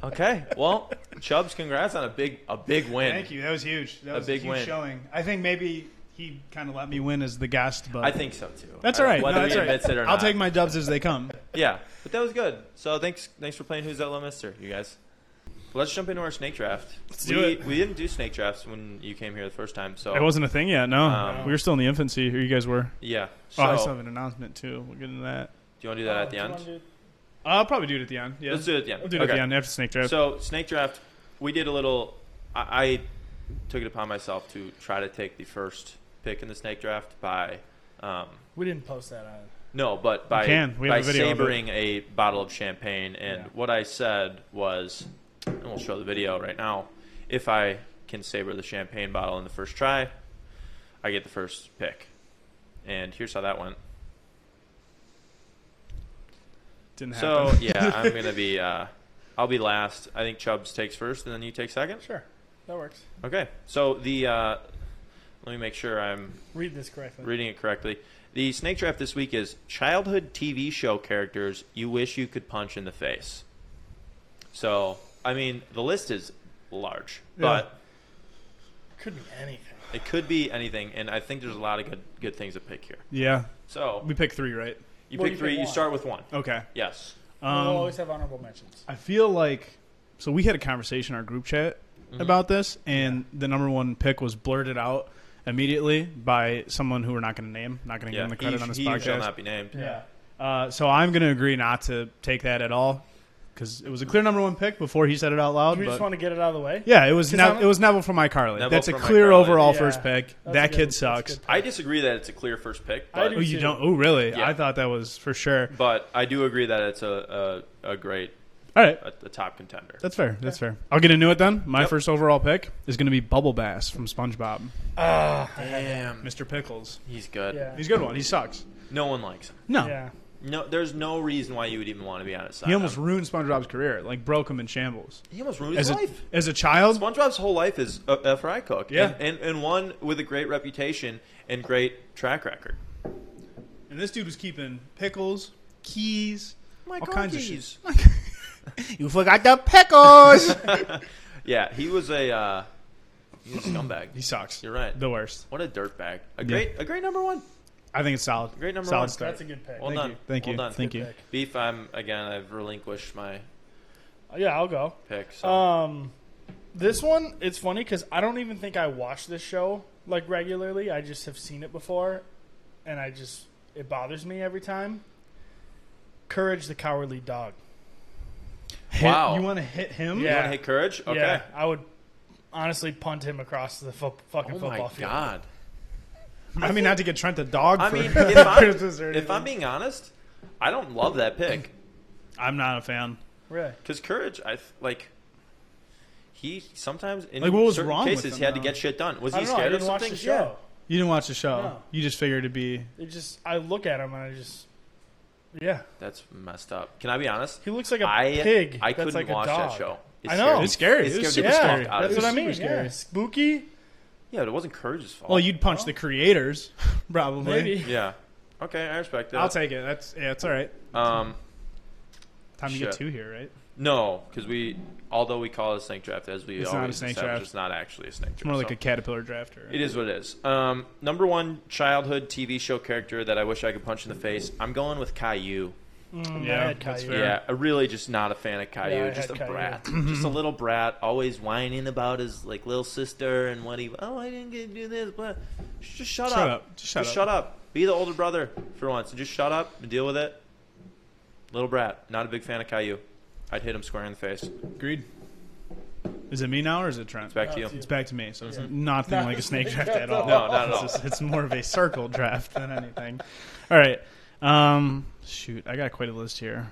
A: Okay. Well, Chubbs, congrats on a big a big win.
B: Thank you. That was huge. That
A: A
B: was
A: big
B: a huge
A: win.
B: showing. I think maybe he kind of let me win as the guest, but
A: I think so too.
B: that's
A: I
B: all
A: don't-
B: right. No,
A: Whether
B: that's
A: he
B: all right.
A: admits it or
B: I'll
A: not.
B: take my dubs as they come.
A: Yeah, but that was good. So thanks, thanks for playing. Who's that little mister? You guys. Let's jump into our snake draft. Let's
B: do
A: we,
B: it.
A: We didn't do snake drafts when you came here the first time. So
B: It wasn't a thing yet. No,
A: Um,
B: we were still in the infancy. Here you guys were.
A: yeah. So
B: Oh, I still have an announcement too. We'll get into that.
A: do you want to Oh, do that at the end?
B: I'll probably do it at the end. Yeah,
A: Let's do it at the end.
B: I'll do it
A: Okay.
B: at the end after snake draft.
A: So snake draft, we did a little. I, I took it upon myself to try to take the first pick in the snake draft by, um,
C: We didn't post that uh, on.
A: no, but by
B: can. We
A: by
B: have a video of it.
A: savoring a bottle of champagne. And
C: Yeah.
A: what I said was, and we'll show the video right now. If I can savor the champagne bottle in the first try, I get the first pick. And here's how that went.
B: Didn't happen.
A: So yeah, I'm gonna be. Uh, I'll be last. I think Chubbs takes first, and then you take second.
C: Sure, that works.
A: Okay, so the uh, let me make sure I'm
C: Read this correctly.
A: reading it correctly. The snake draft this week is childhood TV show characters you wish you could punch in the face. So I mean, the list is large, but
C: Could be anything.
A: it could be anything, and I think there's a lot of good good things to pick here.
B: yeah,
A: So
B: we picked three, right?
A: you
C: Well,
A: pick
C: you
A: three.
C: pick
A: You
C: one.
A: start with one.
B: Okay.
A: Yes.
C: we'll
B: Um,
C: always have honorable mentions.
B: I feel like so we had a conversation in our group chat
A: Mm-hmm.
B: about this, and the number one pick was blurted out immediately by someone who we're not going to name, not going to
A: Yeah.
B: give them the
A: He,
B: credit on this
A: he who shall
B: podcast.
A: not be named.
C: Yeah.
B: Uh, so I'm going to agree not to take that at all because it was a clear number one pick before he said it out loud.
C: We
B: but-
C: just want to get it out of the way.
B: yeah, it was
C: Cause
B: Nev-
C: I'm-
B: it was Neville from iCarly.
A: Neville
B: That's a
A: from
B: clear
A: iCarly.
B: overall
C: Yeah.
B: first pick.
C: That's
B: that
C: a good-
B: kid
C: that's a
B: sucks.
C: good pick.
A: I disagree that it's a clear first pick.
C: I
A: But
B: Oh,
C: do
B: you
C: too.
B: don't? Oh, really?
A: Yeah.
B: I thought that was for sure.
A: But I do agree that it's a a, a great
B: All right.
A: a, a top contender.
B: That's fair. That's fair. I'll get into it then. My
A: Yep.
B: first overall pick is going to be Bubble Bass from SpongeBob.
A: Damn,
B: Mr. Pickles.
A: he's good.
C: Yeah.
B: He's a good one. He sucks.
A: No one likes him.
B: No.
C: Yeah.
A: No, there's no reason why you would even want to be on his side.
B: He almost ruined SpongeBob's career, like broke him in shambles.
A: he almost ruined his
B: As a,
A: life.
B: as a child,
A: SpongeBob's whole life is a, a fry cook.
B: Yeah.
A: and, and and one with a great reputation and great track record.
B: and this dude was keeping pickles, keys,
A: My
B: all kinds of
A: cookies.
B: shit. you forgot the pickles.
A: (laughs) Yeah, he was a uh, he's a scumbag.
B: (laughs) he sucks.
A: You're right.
B: The worst.
A: What a dirtbag. A great a great number one.
B: I think it's solid.
A: Great number
B: solid
A: one.
B: Start.
C: That's a good pick.
A: Well
B: Thank
A: done.
B: you. Thank
A: well
B: you.
A: Done.
B: Thank you.
C: pick.
A: Beef. I'm again. I've relinquished my
C: Yeah, I'll go.
A: pick. So
C: Um, this one it's funny because I don't even think I watch this show like regularly. I just have seen it before, and I just it bothers me every time. Courage the Cowardly Dog.
B: Hit-
A: Wow.
B: you want to hit him?
A: you want
C: yeah.
A: to hit courage? Okay.
C: Yeah, I would honestly punt him across the fo- fucking
A: Oh my
C: football field.
A: god.
B: I mean, not to get Trent the dog.
A: I
C: (laughs)
B: for (laughs)
A: mean, if I-
B: Christmas or
A: If I'm
B: anything.
A: being honest, I don't love that pick
B: I'm not a fan.
C: Really?
A: because courage, I th- like. He sometimes in
B: Like, what was
A: certain
B: wrong with
A: cases
B: him,
A: he had to
B: though?
A: get shit done. Was
C: I
A: he
C: don't know. I
A: scared of
C: didn't watch
A: something?
C: the
A: Yeah.
C: show.
B: You didn't watch the show.
C: No.
B: You just figured it'd be.
C: It just I look at him and I just yeah.
A: That's messed up. Can I be honest?
C: He looks like a
A: I
C: pig.
A: I
C: that's
A: couldn't
C: like a
A: watch that
C: dog.
A: show. It
C: I
A: scared
C: know.
A: me.
B: It's scary.
A: It
B: It was
A: scared the
B: super
A: fuck
C: Yeah,
A: out of
C: that's
A: me.
C: what I
B: Super
C: mean.
B: scary.
C: Yeah. Spooky,
A: Yeah, but it wasn't Courage's fault.
B: Well, you'd punch the creators, (laughs) probably.
C: maybe.
A: Yeah. Okay, I respect that.
B: I'll take it. That's yeah. It's all right.
A: um,
B: Time to get
A: Shit.
B: two here, right?
A: no, because we, although we call it a snake draft, as we
B: It's not a
A: always
B: snake
A: establish,
B: draft.
A: it's not actually a snake draft.
B: It's more like
A: so-
B: a caterpillar drafter.
A: It is what it is. Um, number one childhood TV show character that I wish I could punch in the face. I'm going with Caillou.
C: Mm,
B: Oh, Yeah,
C: I had
B: that's
C: Caillou.
B: fair.
A: Yeah, I really just not a fan of Caillou.
C: Yeah, I
A: just a
C: had Caillou.
A: brat,
B: Mm-hmm.
A: just a little brat, always whining about his like little sister and what he. Oh, I didn't get to do this, but just shut,
B: Shut up. Just shut
A: Just
B: up.
A: shut up. Be the older brother for once. Just shut up and deal with it. Little brat. Not a big fan of Caillou. I'd hit him square in the face. It's
B: Agreed. Is it me now or is it Trent?
A: back to
C: No,
A: you.
C: it's
B: It's back to me, so it's nothing
C: Not
B: (laughs) like a
C: a
B: snake
C: snake
B: draft at all.
A: No, not at all.
B: It's, just- it's more of a circle draft than anything. All right. Um, shoot, I got quite a list here.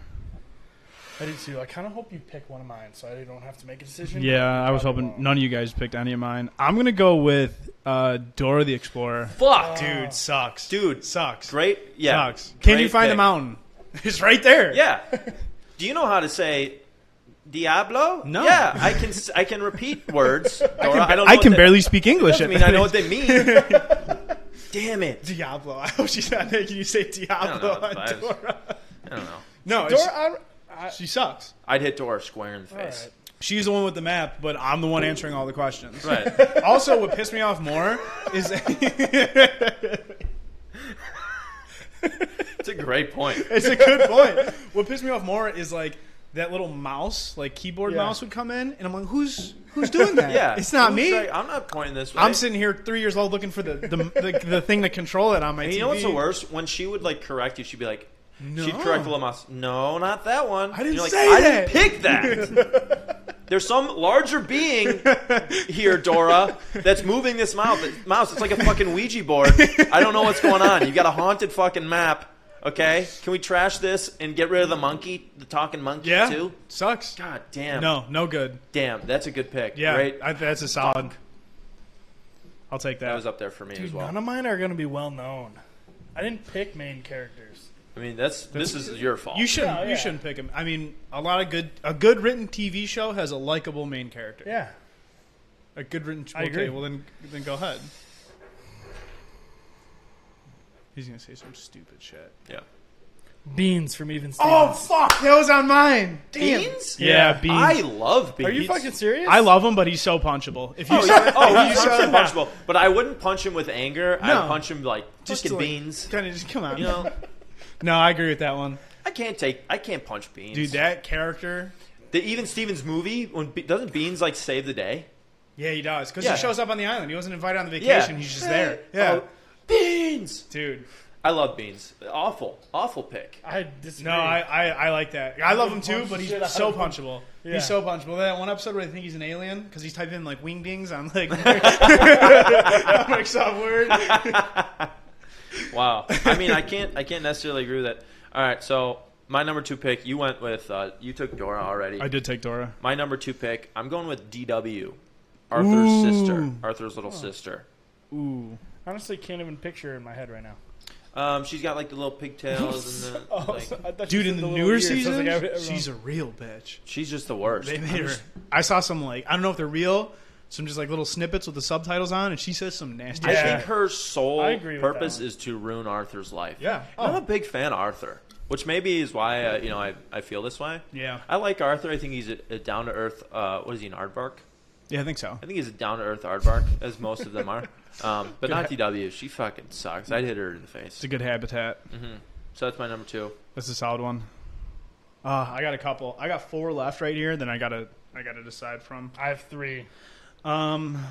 C: I do too. I kind of hope you pick one of mine so I don't have to make a decision.
B: Yeah, I was hoping none of you guys picked any of mine. I'm gonna go with uh, Dora the Explorer.
A: Fuck,
B: Dude, sucks.
A: Dude,
B: sucks.
A: Great. Yeah.
B: Sucks. Can you
A: Great
B: find a
A: pick.
B: mountain? (laughs) It's right there. (laughs)
A: Yeah. Do you know how to say Diablo?
B: No.
A: Yeah, I can. s- I can repeat words. Dora, I, don't. Know
B: (laughs) I can
A: what
B: barely speak
A: They,
B: English.
A: doesn't
B: at
A: mean I know
B: that.
A: what they mean. Damn it.
B: (laughs) Diablo. I hope she's not making you say Diablo
A: I don't know,
B: on
A: it's
B: Dora.
A: I don't know.
B: No, it's-
C: Dora, I, I,
B: she sucks.
A: I'd hit Dora square in the
C: all
A: face.
C: right.
B: She's the one with the map, but I'm the one answering all the questions.
A: Right.
B: Also, what pissed me off more is (laughs)
A: It's a great point.
B: it's a good point. What pissed me off more is like that little mouse, like keyboard
C: Yeah.
B: mouse, would come in, and I'm like, who's who's doing that?
A: Yeah.
B: it's not
A: Who's
B: me.
A: like, I'm not pointing this way.
B: I'm sitting here three years old looking for the the, the, the thing to control it on my
A: And
B: TV.
A: you know what's the worst? When she would like correct you, she'd be like, she'd
B: No.
A: correct Lamas. No, not that one.
B: didn't
A: And you're like,
B: say
A: I
B: that."
A: didn't pick that.
B: (laughs)
A: There's some larger being here, Dora, that's moving this mouse. Mouse, it's like a fucking Ouija board. I don't know what's going on. You got a haunted fucking map. Okay, can we trash this and get rid of the monkey, the talking monkey
B: Yeah,
A: too?
B: sucks.
A: God damn.
B: No, no good.
A: Damn, that's a good pick.
B: Yeah,
A: Great.
B: I, that's a solid. I'll take that.
A: That was up there for me as
C: dude,
A: well.
C: none of mine are going to be well known. I didn't pick main characters.
A: I mean, that's this is your fault.
B: You shouldn't.
C: No,
B: You
C: yeah.
B: shouldn't pick him. I mean, a lot of good. A good written TV show has a likable main character.
C: Yeah.
B: A good written.
C: I
B: okay,
C: agree.
B: well then, then go ahead. He's gonna say some stupid shit.
A: yeah.
C: Beans from Even Stevens.
B: Oh fuck! That was on mine. Damn.
A: Beans?
B: Yeah,
C: Yeah.
B: beans.
A: I
B: I,
A: love beans.
C: are you fucking serious?
B: love him, but he's so punchable. If you,
A: Oh,
B: (laughs)
A: yeah. oh
B: you
A: he's
B: saw-
A: 100% punchable. But I wouldn't punch him with anger.
B: No.
A: I'd punch him like
B: Just
A: fucking
B: to, like-
A: beans.
B: kind of just come on.
A: You know, (laughs)
B: No, I agree with that one,
A: I can't take. I can't punch beans.
B: dude. That character.
A: the even Stevens movie when Be- doesn't beans like save the day?
B: Yeah, he does because
A: Yeah.
B: he shows up on the island. He wasn't invited on the
A: Yeah.
B: vacation. He's just there. Yeah,
A: Oh, beans.
B: dude.
A: I love beans. Awful, awful pick.
C: I disagree.
B: No, I, I, I like that. I love him too,
C: Punch
B: but he's
C: shit out of
B: so
C: him.
B: punchable.
C: Yeah.
B: He's so punchable. That one episode where they think he's an alien because he's typing in like wingdings on (laughs) like Microsoft Word.
A: Wow. I mean, I can't. I can't necessarily agree with that. All right, so my number two pick. You went with. Uh, you took Dora already.
B: did take Dora.
A: My number two pick, I'm going with DW, Arthur's
B: Ooh. Oh.
A: sister, Arthur's little sister.
B: Ooh,
C: honestly can't even picture her in my head right now. Oh,
A: Um, she's got like the little pigtails
C: (laughs)
B: (laughs)
A: and the
B: Oh,
A: like,
C: I thought you said
B: dude. In the,
C: little
B: newer
C: ears. I was
B: season,
C: like, I- I don't
B: she's
C: know.
B: a real bitch.
A: she's just the worst.
B: They made her. I saw some like I don't know if they're real. Some just like little snippets with the subtitles on, and she says some nasty.
A: I
B: shit.
C: Yeah.
A: think her sole
C: I agree with that
A: purpose
C: one.
A: is to ruin Arthur's life.
B: Yeah.
A: And I'm
B: Oh.
A: a big fan of Arthur, which maybe is why uh, you know I, I feel this way.
B: Yeah.
A: I like Arthur. I think he's a, a down to earth. Uh, what is he an aardvark?
B: Yeah, I think so.
A: I think he's a down to earth aardvark, as most of them
B: (laughs)
A: are. Um, but not DW. She fucking sucks. I'd hit her in the
B: It's
A: face.
B: a good habitat.
A: So that's my number two.
B: That's a solid one. Uh, I got a couple. I got four left right here. Then I gotta I gotta decide from.
C: I have three.
B: Um,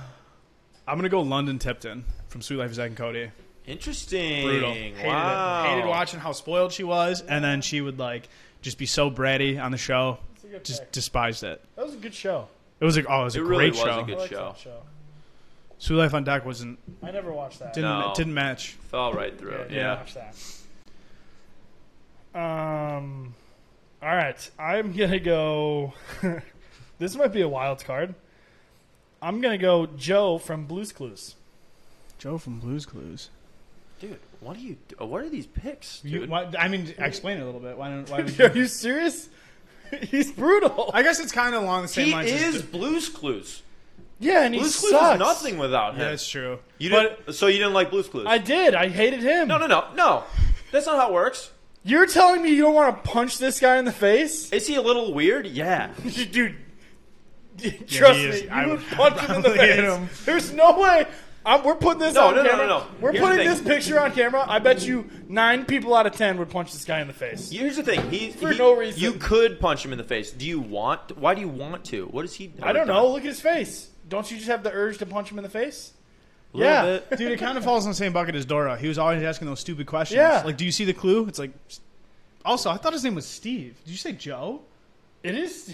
B: I'm gonna go London Tipton from Sweet Life of Zack and Cody.
A: Interesting.
B: Brutal. Hated
A: wow.
B: Hated watching how spoiled she was, and then she would like just be so bratty on the show.
C: That's a good
B: Just
C: pick.
B: despised it.
C: That was a good show.
B: It was like oh, it was a
A: It
B: great
A: really was
B: show.
A: a
C: I
A: Good
C: liked
A: show.
C: that show.
B: Sweet Life on Deck wasn't
C: I never watched that.
B: didn't
A: No.
B: didn't match.
A: Fell right through.
C: Yeah,
A: it.
C: I
A: yeah.
C: didn't watch that. Um, all right. I'm gonna go. (laughs) this might be a wild card. I'm gonna go Joe from Blue's Clues.
B: Joe from Blues Clues.
A: Dude, what are you? do- What are these picks, dude?
B: You, why, I mean, explain it a little bit. Why don't? Why would (laughs)
C: Are
B: you?
C: you serious? (laughs) He's brutal.
B: I guess it's kind of along the same
A: he
B: lines. as-
A: is Blue's Clues.
C: yeah, and he
A: Blue's Clues
C: sucks.
A: is nothing without him.
B: Yeah, (laughs) that's true.
A: you didn't, so you didn't like Blue's Clues?
C: I did. I hated him.
A: no, no, no, no. That's not how it works.
C: You're telling me you don't want to punch this guy in the face,
A: Is he a little weird? Yeah.
C: dude? Trust
B: he
C: me,
B: is.
C: you
B: I (laughs)
C: would
B: would
C: punch him in the
B: probably
C: face.
B: hit him.
C: There's no way. I'm, we're putting this
A: No,
C: on
A: no, no,
C: camera.
A: no, no.
C: We're
A: Here's the thing.
C: putting this picture on camera. I bet you nine people out of ten would punch this guy in the face.
A: Here's the thing. He,
C: For
A: he-
C: no reason.
A: You could punch him in the face. Do you want? Why do you want to? What is he?
C: I don't know. Look at his face. Don't you just have the urge to punch him in the face?
A: yeah.
C: Yeah.
B: Dude, it kind of falls in the same bucket as Dora. He was always asking those stupid questions.
C: Yeah.
B: Like, do you see the clue? It's like. (laughs) Also, I thought his name was Steve. Did you say Joe?
C: It is.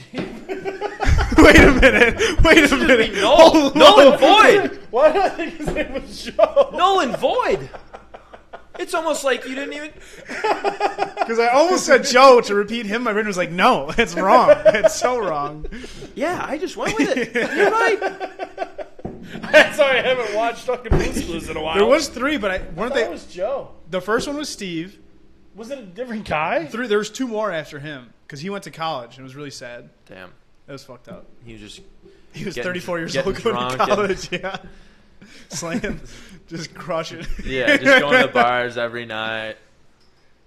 B: Wait a minute. Wait a minute.
C: Oh,
A: No, Nolan Void.
C: (laughs) Why did I think his name was Joe?
B: (laughs)
A: Nolan Void. It's almost like you didn't even.
B: Because I almost said Joe to repeat him. My brain was like, no, it's wrong. (laughs) It's so wrong.
A: Yeah, I just went with
C: (laughs)
A: it. You're right.
C: Sorry, I haven't watched fucking Blue's Clues in a while.
B: There was three, but I,
C: I
B: weren't
C: thought it
B: they?
C: was Joe.
B: The first one was Steve.
C: Was it a different guy?
B: Three. There was two more after him because he went to college and it was really sad.
A: Damn.
B: It was fucked up.
A: He was just.
B: He was
A: Getting-
B: 34 years
A: getting
B: old going to
A: drunk and-
B: college. (laughs) Yeah. Slaying, just crushing.
A: Yeah, just going
C: (laughs)
A: to bars every night.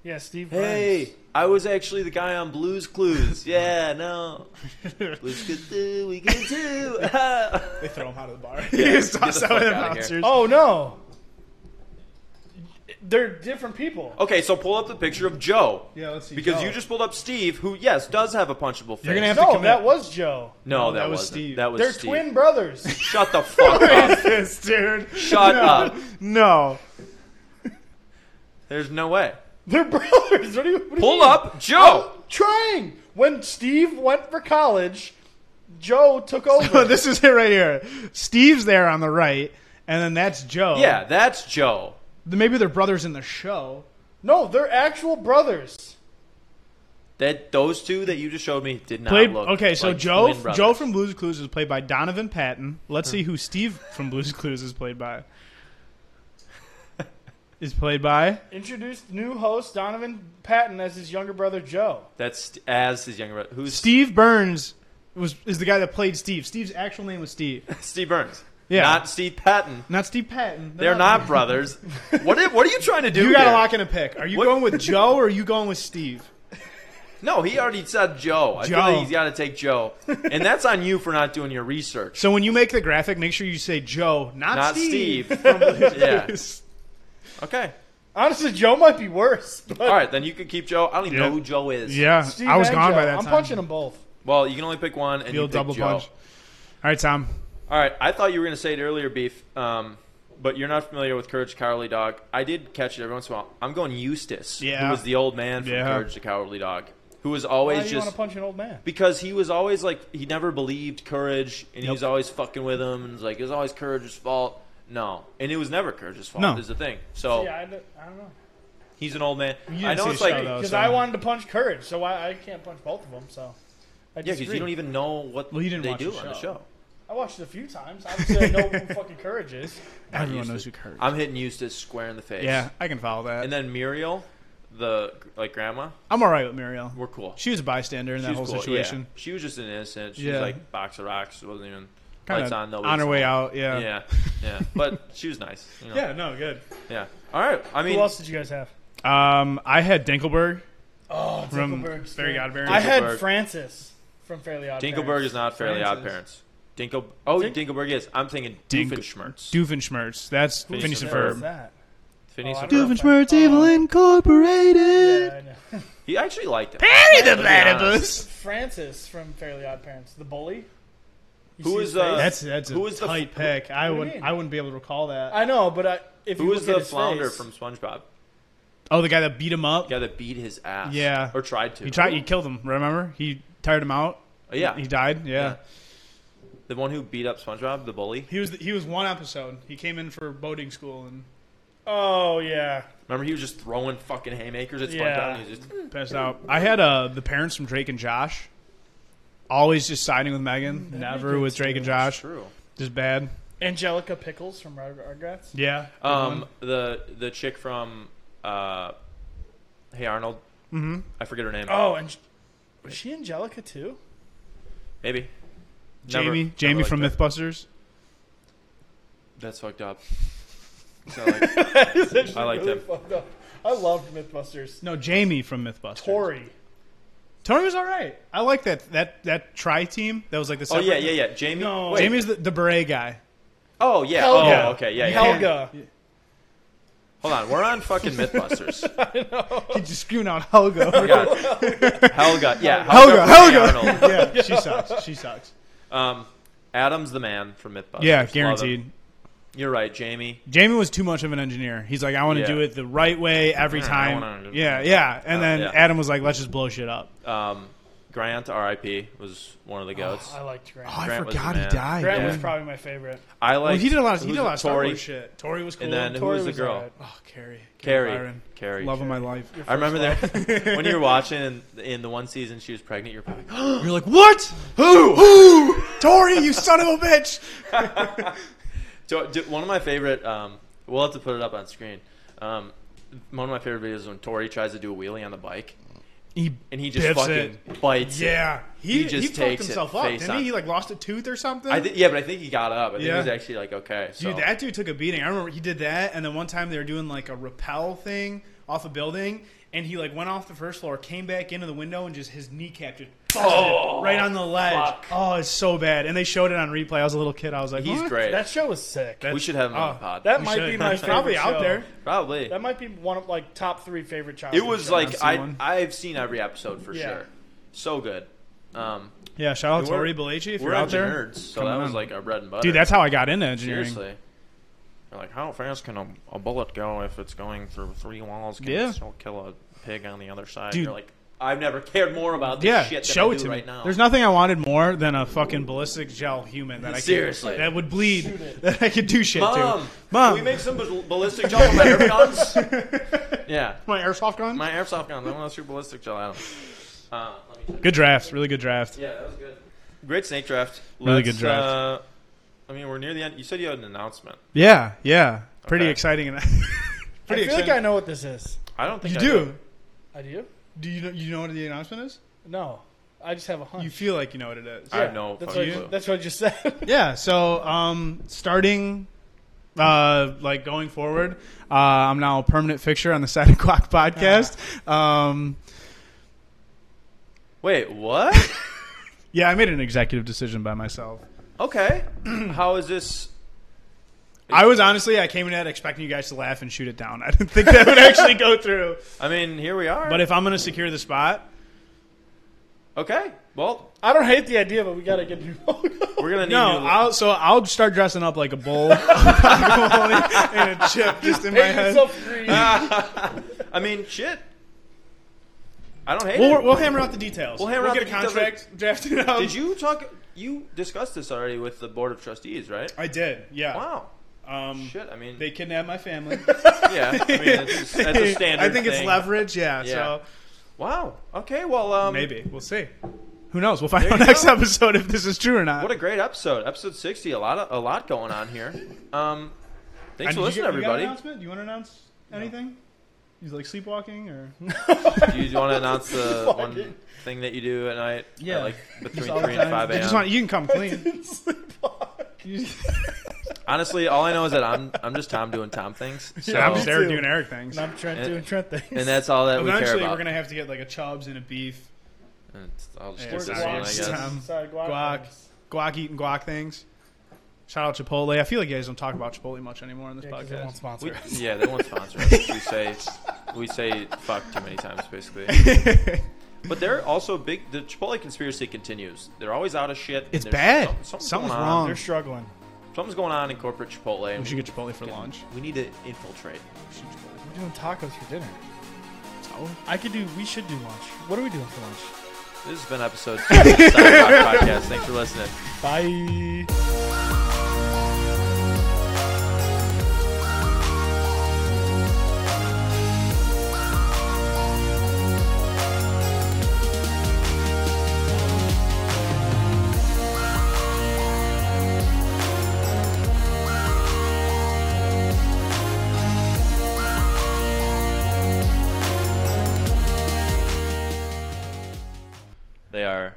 C: Yeah, Steve.
A: Hey, I was actually the guy on Blues
B: (laughs)
A: Clues. Yeah, no. Blues Clues, do, we can do.
B: (laughs) They throw him out of the bar. Yeah, he
A: get the fuck outta here.
C: Oh no. They're different people.
A: (laughs)
B: Oh,
A: okay, so pull up the picture of Joe.
B: Yeah, let's see.
A: Because you just pulled up Steve, who, yes, does have a punchable face.
B: You're gonna have to
C: No,
B: commit.
C: that was Joe.
A: no, that,
B: that was
A: wasn't.
B: Steve.
A: That was
C: They're
A: Steve.
C: twin brothers. (laughs)
B: (laughs)
A: Shut the fuck up.
B: this, dude.
A: Shut
B: no.
A: up.
B: No.
A: There's no way.
C: They're brothers. What do you? What do you
A: Pull
C: mean?
B: Oh.
A: up Joe.
C: I'm trying. When Steve went for college, Joe
B: (laughs)
C: took over.
B: this is it right here. Steve's there on the right, and then that's Joe.
A: Yeah, that's Joe.
B: Then Maybe they're brothers in the show.
C: no, they're actual brothers.
A: That those two that you just showed me did not
B: Played,
A: look.
B: okay, so
A: like
B: Joe
A: twin brothers.
B: Joe from Blues Clues is played by Donovan Patton. Let's see who Steve from Blues Clues is played by. (laughs) Is played by
C: Introduced new host Donovan Patton as his younger brother Joe.
A: That's st- as his younger brother. Who's Steve,
B: Steve Burns was is the guy that played Steve. Steve's actual name was Steve,
A: Burns?
B: Yeah.
A: Not Steve Patton.
B: not Steve Patton.
A: They're
B: (laughs)
A: not brothers. what, are, what are you trying to do?
B: You got to
A: here?
B: lock in a pick. Are you
A: What-
B: going with Joe or are you going with Steve?
A: No, he already said Joe. I feel
B: Joe.
A: like he's got to take
B: (laughs)
A: Joe, and that's on you for not doing your research.
B: So when you make the graphic, make sure you say Joe, not,
A: Not
B: Steve. (laughs)
A: Steve.
B: from Blues
A: Yeah.
B: Clues.
A: Okay.
C: Honestly, Joe might be worse. But
A: All right, then you could keep Joe. I don't even
B: Yeah.
A: know who Joe is.
B: Yeah,
C: Steve
B: I was
C: and
B: gone
C: Joe.
B: by that
C: I'm
B: time.
C: punching them both.
A: Well, you can only pick one, and
B: You'll
A: you pick
B: double
A: Joe.
B: punch. All right, Tom.
A: All right, I thought you were going to say it earlier, Beef, um, but you're not familiar with Courage the Cowardly Dog. I did catch it every once in a while. I'm going Eustace,
B: Yeah.
A: who was the old man from
B: Yeah.
A: Courage the Cowardly Dog, who was
C: Why
A: always
C: do you want
A: just
C: to punch an old man?
A: because he was always like he never believed Courage, and he was always fucking with him, and was like it was always Courage's fault. No, and it was never Courage's fault.
B: No.
A: Is the thing. So
C: Yeah, I don't, I don't know.
A: he's an old man.
B: didn't
A: I know
B: see
A: it's
B: the
A: like
B: show, though.
A: yeah,
C: Because
B: so-
C: I wanted to punch Courage, so I, I can't punch both of them. So I
A: because
C: disagree.
A: you don't e- even know what
B: Well, you didn't
A: they
B: watch
A: do
B: the
A: on the
B: show.
A: show.
C: I watched it a few times. Obviously, I know who (laughs) fucking Courage is.
B: Everyone
A: Eustace.
B: knows who Kurt.
A: I'm hitting Eustace square in the face.
B: yeah, I can follow that.
A: and then Muriel, the like grandma,
B: I'm all right with Muriel.
A: we're cool.
B: She was a bystander in that
A: She
B: whole
A: was cool, yeah.
B: situation.
A: She was just an innocent. She
B: Yeah.
A: was like box of rocks. Wasn't even
B: Kinda
A: lights on.
B: on her way out. Yeah.
A: Yeah. yeah, But she was nice. You know? Yeah,
B: No. Good.
A: All right. I mean,
C: Who else did you guys have?
B: Um, I had Dinkelberg
C: Oh,
B: from
C: Dinkelberg's
B: Barry
C: parents.
B: Godberry.
C: I had
A: Dinkelberg.
C: Francis from Fairly Odd
A: Dinkelberg is not fairly odd
B: Francis.
A: parents. Dinkel. Oh,
C: Dink-
A: Dinkelberg is. I'm thinking
B: Dink-
A: Doofenshmirtz.
B: Doofenshmirtz. That's
A: Phineas
B: Phineas
A: and
B: and
A: Ferb.
B: Ferb.
C: that?
A: Phineas
C: Oh, I
A: and
C: don't know.
A: Ferb.
B: Doofenshmirtz Evil Incorporated.
C: Yeah, I know. (laughs)
A: He actually liked it.
B: Harry the
A: To be honest.
B: Platypus.
C: Francis from Fairly Odd Parents, the bully. You
A: Who
C: see
A: is,
C: his face?
A: uh,
B: That's that's a
A: Who is the f-
B: tight pick. I
C: What do you
B: wouldn't
C: mean?
B: I wouldn't be able to recall that.
C: I know, but I, if
A: Who
C: you
A: was
C: look at
A: the
C: his
A: flounder
C: face-
A: from SpongeBob?
B: oh, the guy that beat him up.
A: The guy that beat his ass.
B: Yeah.
A: Or tried to.
B: He tried. He killed him. Remember? He tired him out.
A: Oh, yeah.
B: He died. Yeah.
A: The one who beat up SpongeBob, the bully.
B: He was he was one episode. He came in for boating school and
C: Oh yeah,
A: Remember, he was just throwing fucking haymakers at SpongeBob.
C: Yeah.
A: And he was just, "Mm,
B: passed out. I had uh the parents from Drake and Josh. Always just siding with Megan. Never
C: good
B: with Drake and
C: too.
B: Josh.
A: true.
B: Just bad.
C: Angelica Pickles from Rug- Rugrats.
B: Yeah.
C: Mm-hmm.
A: Um, the the chick from uh, Hey Arnold.
B: Mm-hmm.
A: I forget her name.
C: Oh, and sh- was she Angelica too?
A: Maybe. Never-
B: Jamie.
A: never
B: Jamie
A: liked
B: from
A: her.
B: MythBusters.
A: That's fucked up. So, like, I liked him.
C: him. I loved MythBusters.
B: No, Jamie from MythBusters.
C: Tori.
B: Tori was all right. I like that that that tri team. That was like the.
A: (laughs) oh
B: Separate,
A: yeah, yeah, yeah. Jamie.
C: No.
A: wait.
B: Jamie's the, the beret guy.
A: Oh yeah.
C: Helga.
A: Oh okay. Yeah. yeah.
C: Helga.
A: Hold on. We're on fucking
B: (laughs)
A: MythBusters.
B: He's just screaming out Helga.
A: We got Oh Helga. Yeah.
B: (laughs) Helga,
A: from Hey
B: Helga.
A: Arnold.
B: (laughs) yeah, she sucks. She sucks.
A: Um, Adam's the man from MythBusters.
B: Yeah,
A: Love him.
B: guaranteed.
A: You're right, Jamie.
B: Jamie was too much of an engineer. He's like, I want to
A: Yeah.
B: do it the right way every
A: Yeah, I
B: time.
A: wanna do-
B: Yeah, yeah. And
A: Uh,
B: then
A: yeah.
B: Adam was like, let's just blow shit up.
A: Um, Grant, R.I.P. was one of the goats.
C: I liked Grant.
B: Oh, I
A: Grant was the
B: forgot he
A: man.
B: died.
C: Grant was
A: yeah.
C: probably my favorite.
A: I
B: Well,
A: like.
B: he did a lot of he did a lot of Star
A: Tori,
B: Wars shit. Tori was cool.
A: and then who
C: Tori
A: was the
C: was
A: girl?
C: alright.
B: oh, Carrie,
A: Carrie.
B: Byron.
A: Carrie.
B: love of my life.
A: I remember there when you
B: (laughs)
A: were watching in, in the one season she was pregnant. You're probably (gasps) like,
B: You're like, what? Who? Who? Tori, you son of a bitch.
A: So, d- one of my favorite. Um, we'll have to put it up on screen. Um, one of my favorite videos is when Tori tries to do a wheelie on the bike,
B: He
A: and he just
B: biffs
A: fucking
B: it.
A: bites. it.
B: Yeah, he,
A: He
B: he
A: just
B: fucked
A: takes it
B: himself up,
A: face
B: didn't
A: on.
B: he? He like lost a tooth or something.
A: I think. Yeah, but I think he got up. I think
B: Yeah.
A: he was actually like okay. So.
B: Dude, that dude took a beating. I remember he did that, and then one time they were doing like a rappel thing off a building, and he like went off the first floor, came back into the window, and just his kneecap just busted
A: Oh,
B: right on the ledge.
A: fuck.
B: Oh, it's so bad. And they showed it on replay. I was a little kid. I was like,
A: he's
B: what?
A: great.
C: That show was sick. That,
A: we should have him on the
B: oh,
A: pod.
B: We
C: might
B: should.
C: be my favorite
B: probably out
C: show.
B: there.
A: Probably.
C: That might be one of like top three favorite childhood.
A: It was
C: shows.
A: like
B: I've seen
A: I
B: one.
A: I've seen every episode for
C: Yeah.
A: sure. So good. Um,
B: Yeah, shout out to
A: We're-
B: Tori Belici if
A: we're
B: you're out
A: engine
B: there,
A: nerds, so
B: Come
A: that was
B: on.
A: like our bread and butter.
B: dude. That's how I got into engineering.
A: seriously. You're like, how fast can a, a bullet go if it's going through three walls? Can
B: Yeah.
A: it still kill a pig on the other side?
B: Dude.
A: You're like, I've never cared more about this
B: Yeah,
A: shit than
B: show
A: I
B: it
A: do
B: to
A: right
B: me.
A: now.
B: There's nothing I wanted more than a fucking ballistic gel human that I could,
A: Seriously.
B: that would bleed
C: Shoot it.
B: (laughs) that I could do shit
A: Mom,
B: to.
A: Can
B: Mom,
A: we make some bal-
B: (laughs)
A: ballistic gel with my air guns? yeah,
B: my airsoft gun.
A: my airsoft guns. I want to shoot ballistic gel at them. Uh, let me check.
B: Good drafts, really good draft.
A: Yeah, that was good. Great snake draft.
B: Really
A: Let's,
B: good draft.
A: Uh, I mean, we're near the end. You said you had an announcement.
B: Yeah, yeah, pretty
A: Okay.
B: exciting. (laughs) And
C: I
B: pretty
C: feel like I know what this is.
A: I don't think
B: you
A: I
B: do.
C: I do.
B: Do you know? You know what the announcement is?
C: No, I just have a hunch.
B: You feel like you know what it is.
A: I have no
C: that's
A: fucking
C: what,
A: clue.
C: That's what I just said. (laughs)
B: Yeah. So, um, starting, uh, like going forward, uh, I'm now a permanent fixture on the Side O'clock podcast. Um,
A: Wait, what?
B: (laughs) yeah, I made an executive decision by myself.
A: okay. How is this?
B: I was honestly, I came in at expecting you guys to laugh and shoot it down. (laughs) I didn't think that would actually go through.
A: I mean, here we are.
B: But if I'm going to secure the spot,
A: okay, well,
C: I don't hate the idea, but we gotta get new logo. (laughs)
A: we're gonna need.
B: No,
A: new-
B: I'll so I'll start dressing up like a bull (laughs) of guacamole and a chip just in my
C: Paint
B: head.
C: yourself green.
A: Ah.
C: (laughs)
A: I mean, shit. I don't hate
B: We'll,
A: it.
B: we'll hammer out the details.
A: We'll hammer out the
B: get a
A: details. (laughs)
B: contract drafted up.
A: Did you talk? You discussed this already with the board of trustees, right?
B: I did. Yeah.
A: Wow.
B: Um,
A: Shit. I mean,
B: they kidnapped my family.
A: (laughs) yeah. I mean,
B: (laughs)
A: it's, that's a standard.
B: I think it's
A: thing.
B: leverage. Yeah.
A: Yeah.
B: So
A: Wow. Okay. Well, um,
B: maybe we'll see. Who knows? We'll find
A: There
B: out
A: you
B: next
A: go.
B: episode if this is true or not.
A: What a great episode. Episode 60. A lot of, a lot going on here. Um
B: And
A: thanks for listening
B: did you, get- you got an
A: everybody.
B: announcement? Do you want to announce anything? He's like sleepwalking or
A: Do you want to announce
B: (laughs)
A: the one
C: Fucking-
A: thing that you do at night? at,
B: Yeah.
A: like between
B: all
A: 3
B: the
A: and
B: time. (laughs)
A: 5
B: I just
A: a.m.
B: want you can
A: (laughs)
B: come clean. You-
A: Honestly, all I know is that I'm I'm just Tom doing Tom
B: (laughs)
A: things. So,
C: just
B: I'm just there
C: too.
B: doing Eric things. (laughs)
C: And I'm Trent
A: And-
C: doing Trent things.
A: and that's all that we care
B: Eventually,
A: about.
B: we're gonna have to get like a Chubbs and a beef
A: And it's- I'll just
B: Yeah,
A: do this
B: sorry.
A: one, I
B: Just,
A: guess.
B: um,
C: Sorry, guac.
B: guac, guac eating guac things. Shout out Chipotle. I feel like you guys don't talk about Chipotle much anymore in this
C: Yeah, 'cause they won't
B: podcast.
D: We,
C: sponsor us.
D: yeah, they won't sponsor us.
B: (laughs)
D: We say we say fuck too many times, basically.
B: (laughs)
D: But they're also big. The Chipotle conspiracy continues. They're always out of shit. and
B: It's
D: there's
B: bad.
D: some-
B: Something's
D: going
B: wrong.
D: On.
C: They're struggling.
D: Something's going on in corporate Chipotle.
B: we should get Chipotle for lunch.
D: We need to infiltrate.
C: We're doing tacos for dinner.
B: Oh,
C: I could do. We should do lunch. What are we doing for lunch?
D: This has been episode two of the
B: (laughs)
D: Sidewalk Podcast. Thanks for listening.
C: Bye.
A: They are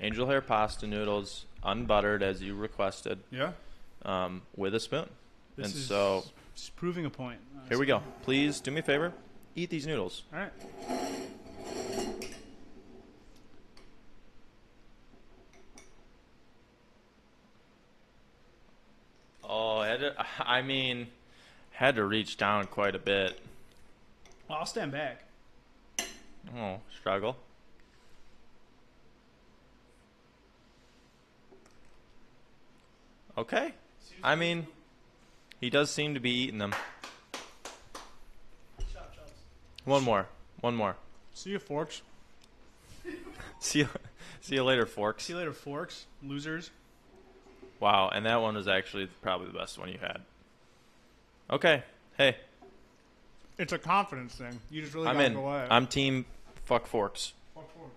A: angel hair pasta noodles, unbuttered as you requested,
B: yeah.
A: um, with a spoon.
B: This
A: and
B: is
A: so
B: just proving a point.
A: here we go. Please do me a favor. Eat these noodles.
B: All right.
A: Oh, I, had to, I mean, had to reach down quite a bit.
B: Well, I'll stand back.
A: Oh, struggle. Okay. I mean, he does seem to be eating them. One more. One more. (laughs)
B: See you, forks.
A: See you, see you later, forks.
B: See you later, forks. Losers.
A: Wow, and that one was actually probably the best one you had. Okay. Hey,
B: It's a confidence thing. You just really
A: I'm
B: gotta
A: in.
B: go away.
A: I'm team fuck forks.
B: Fuck forks.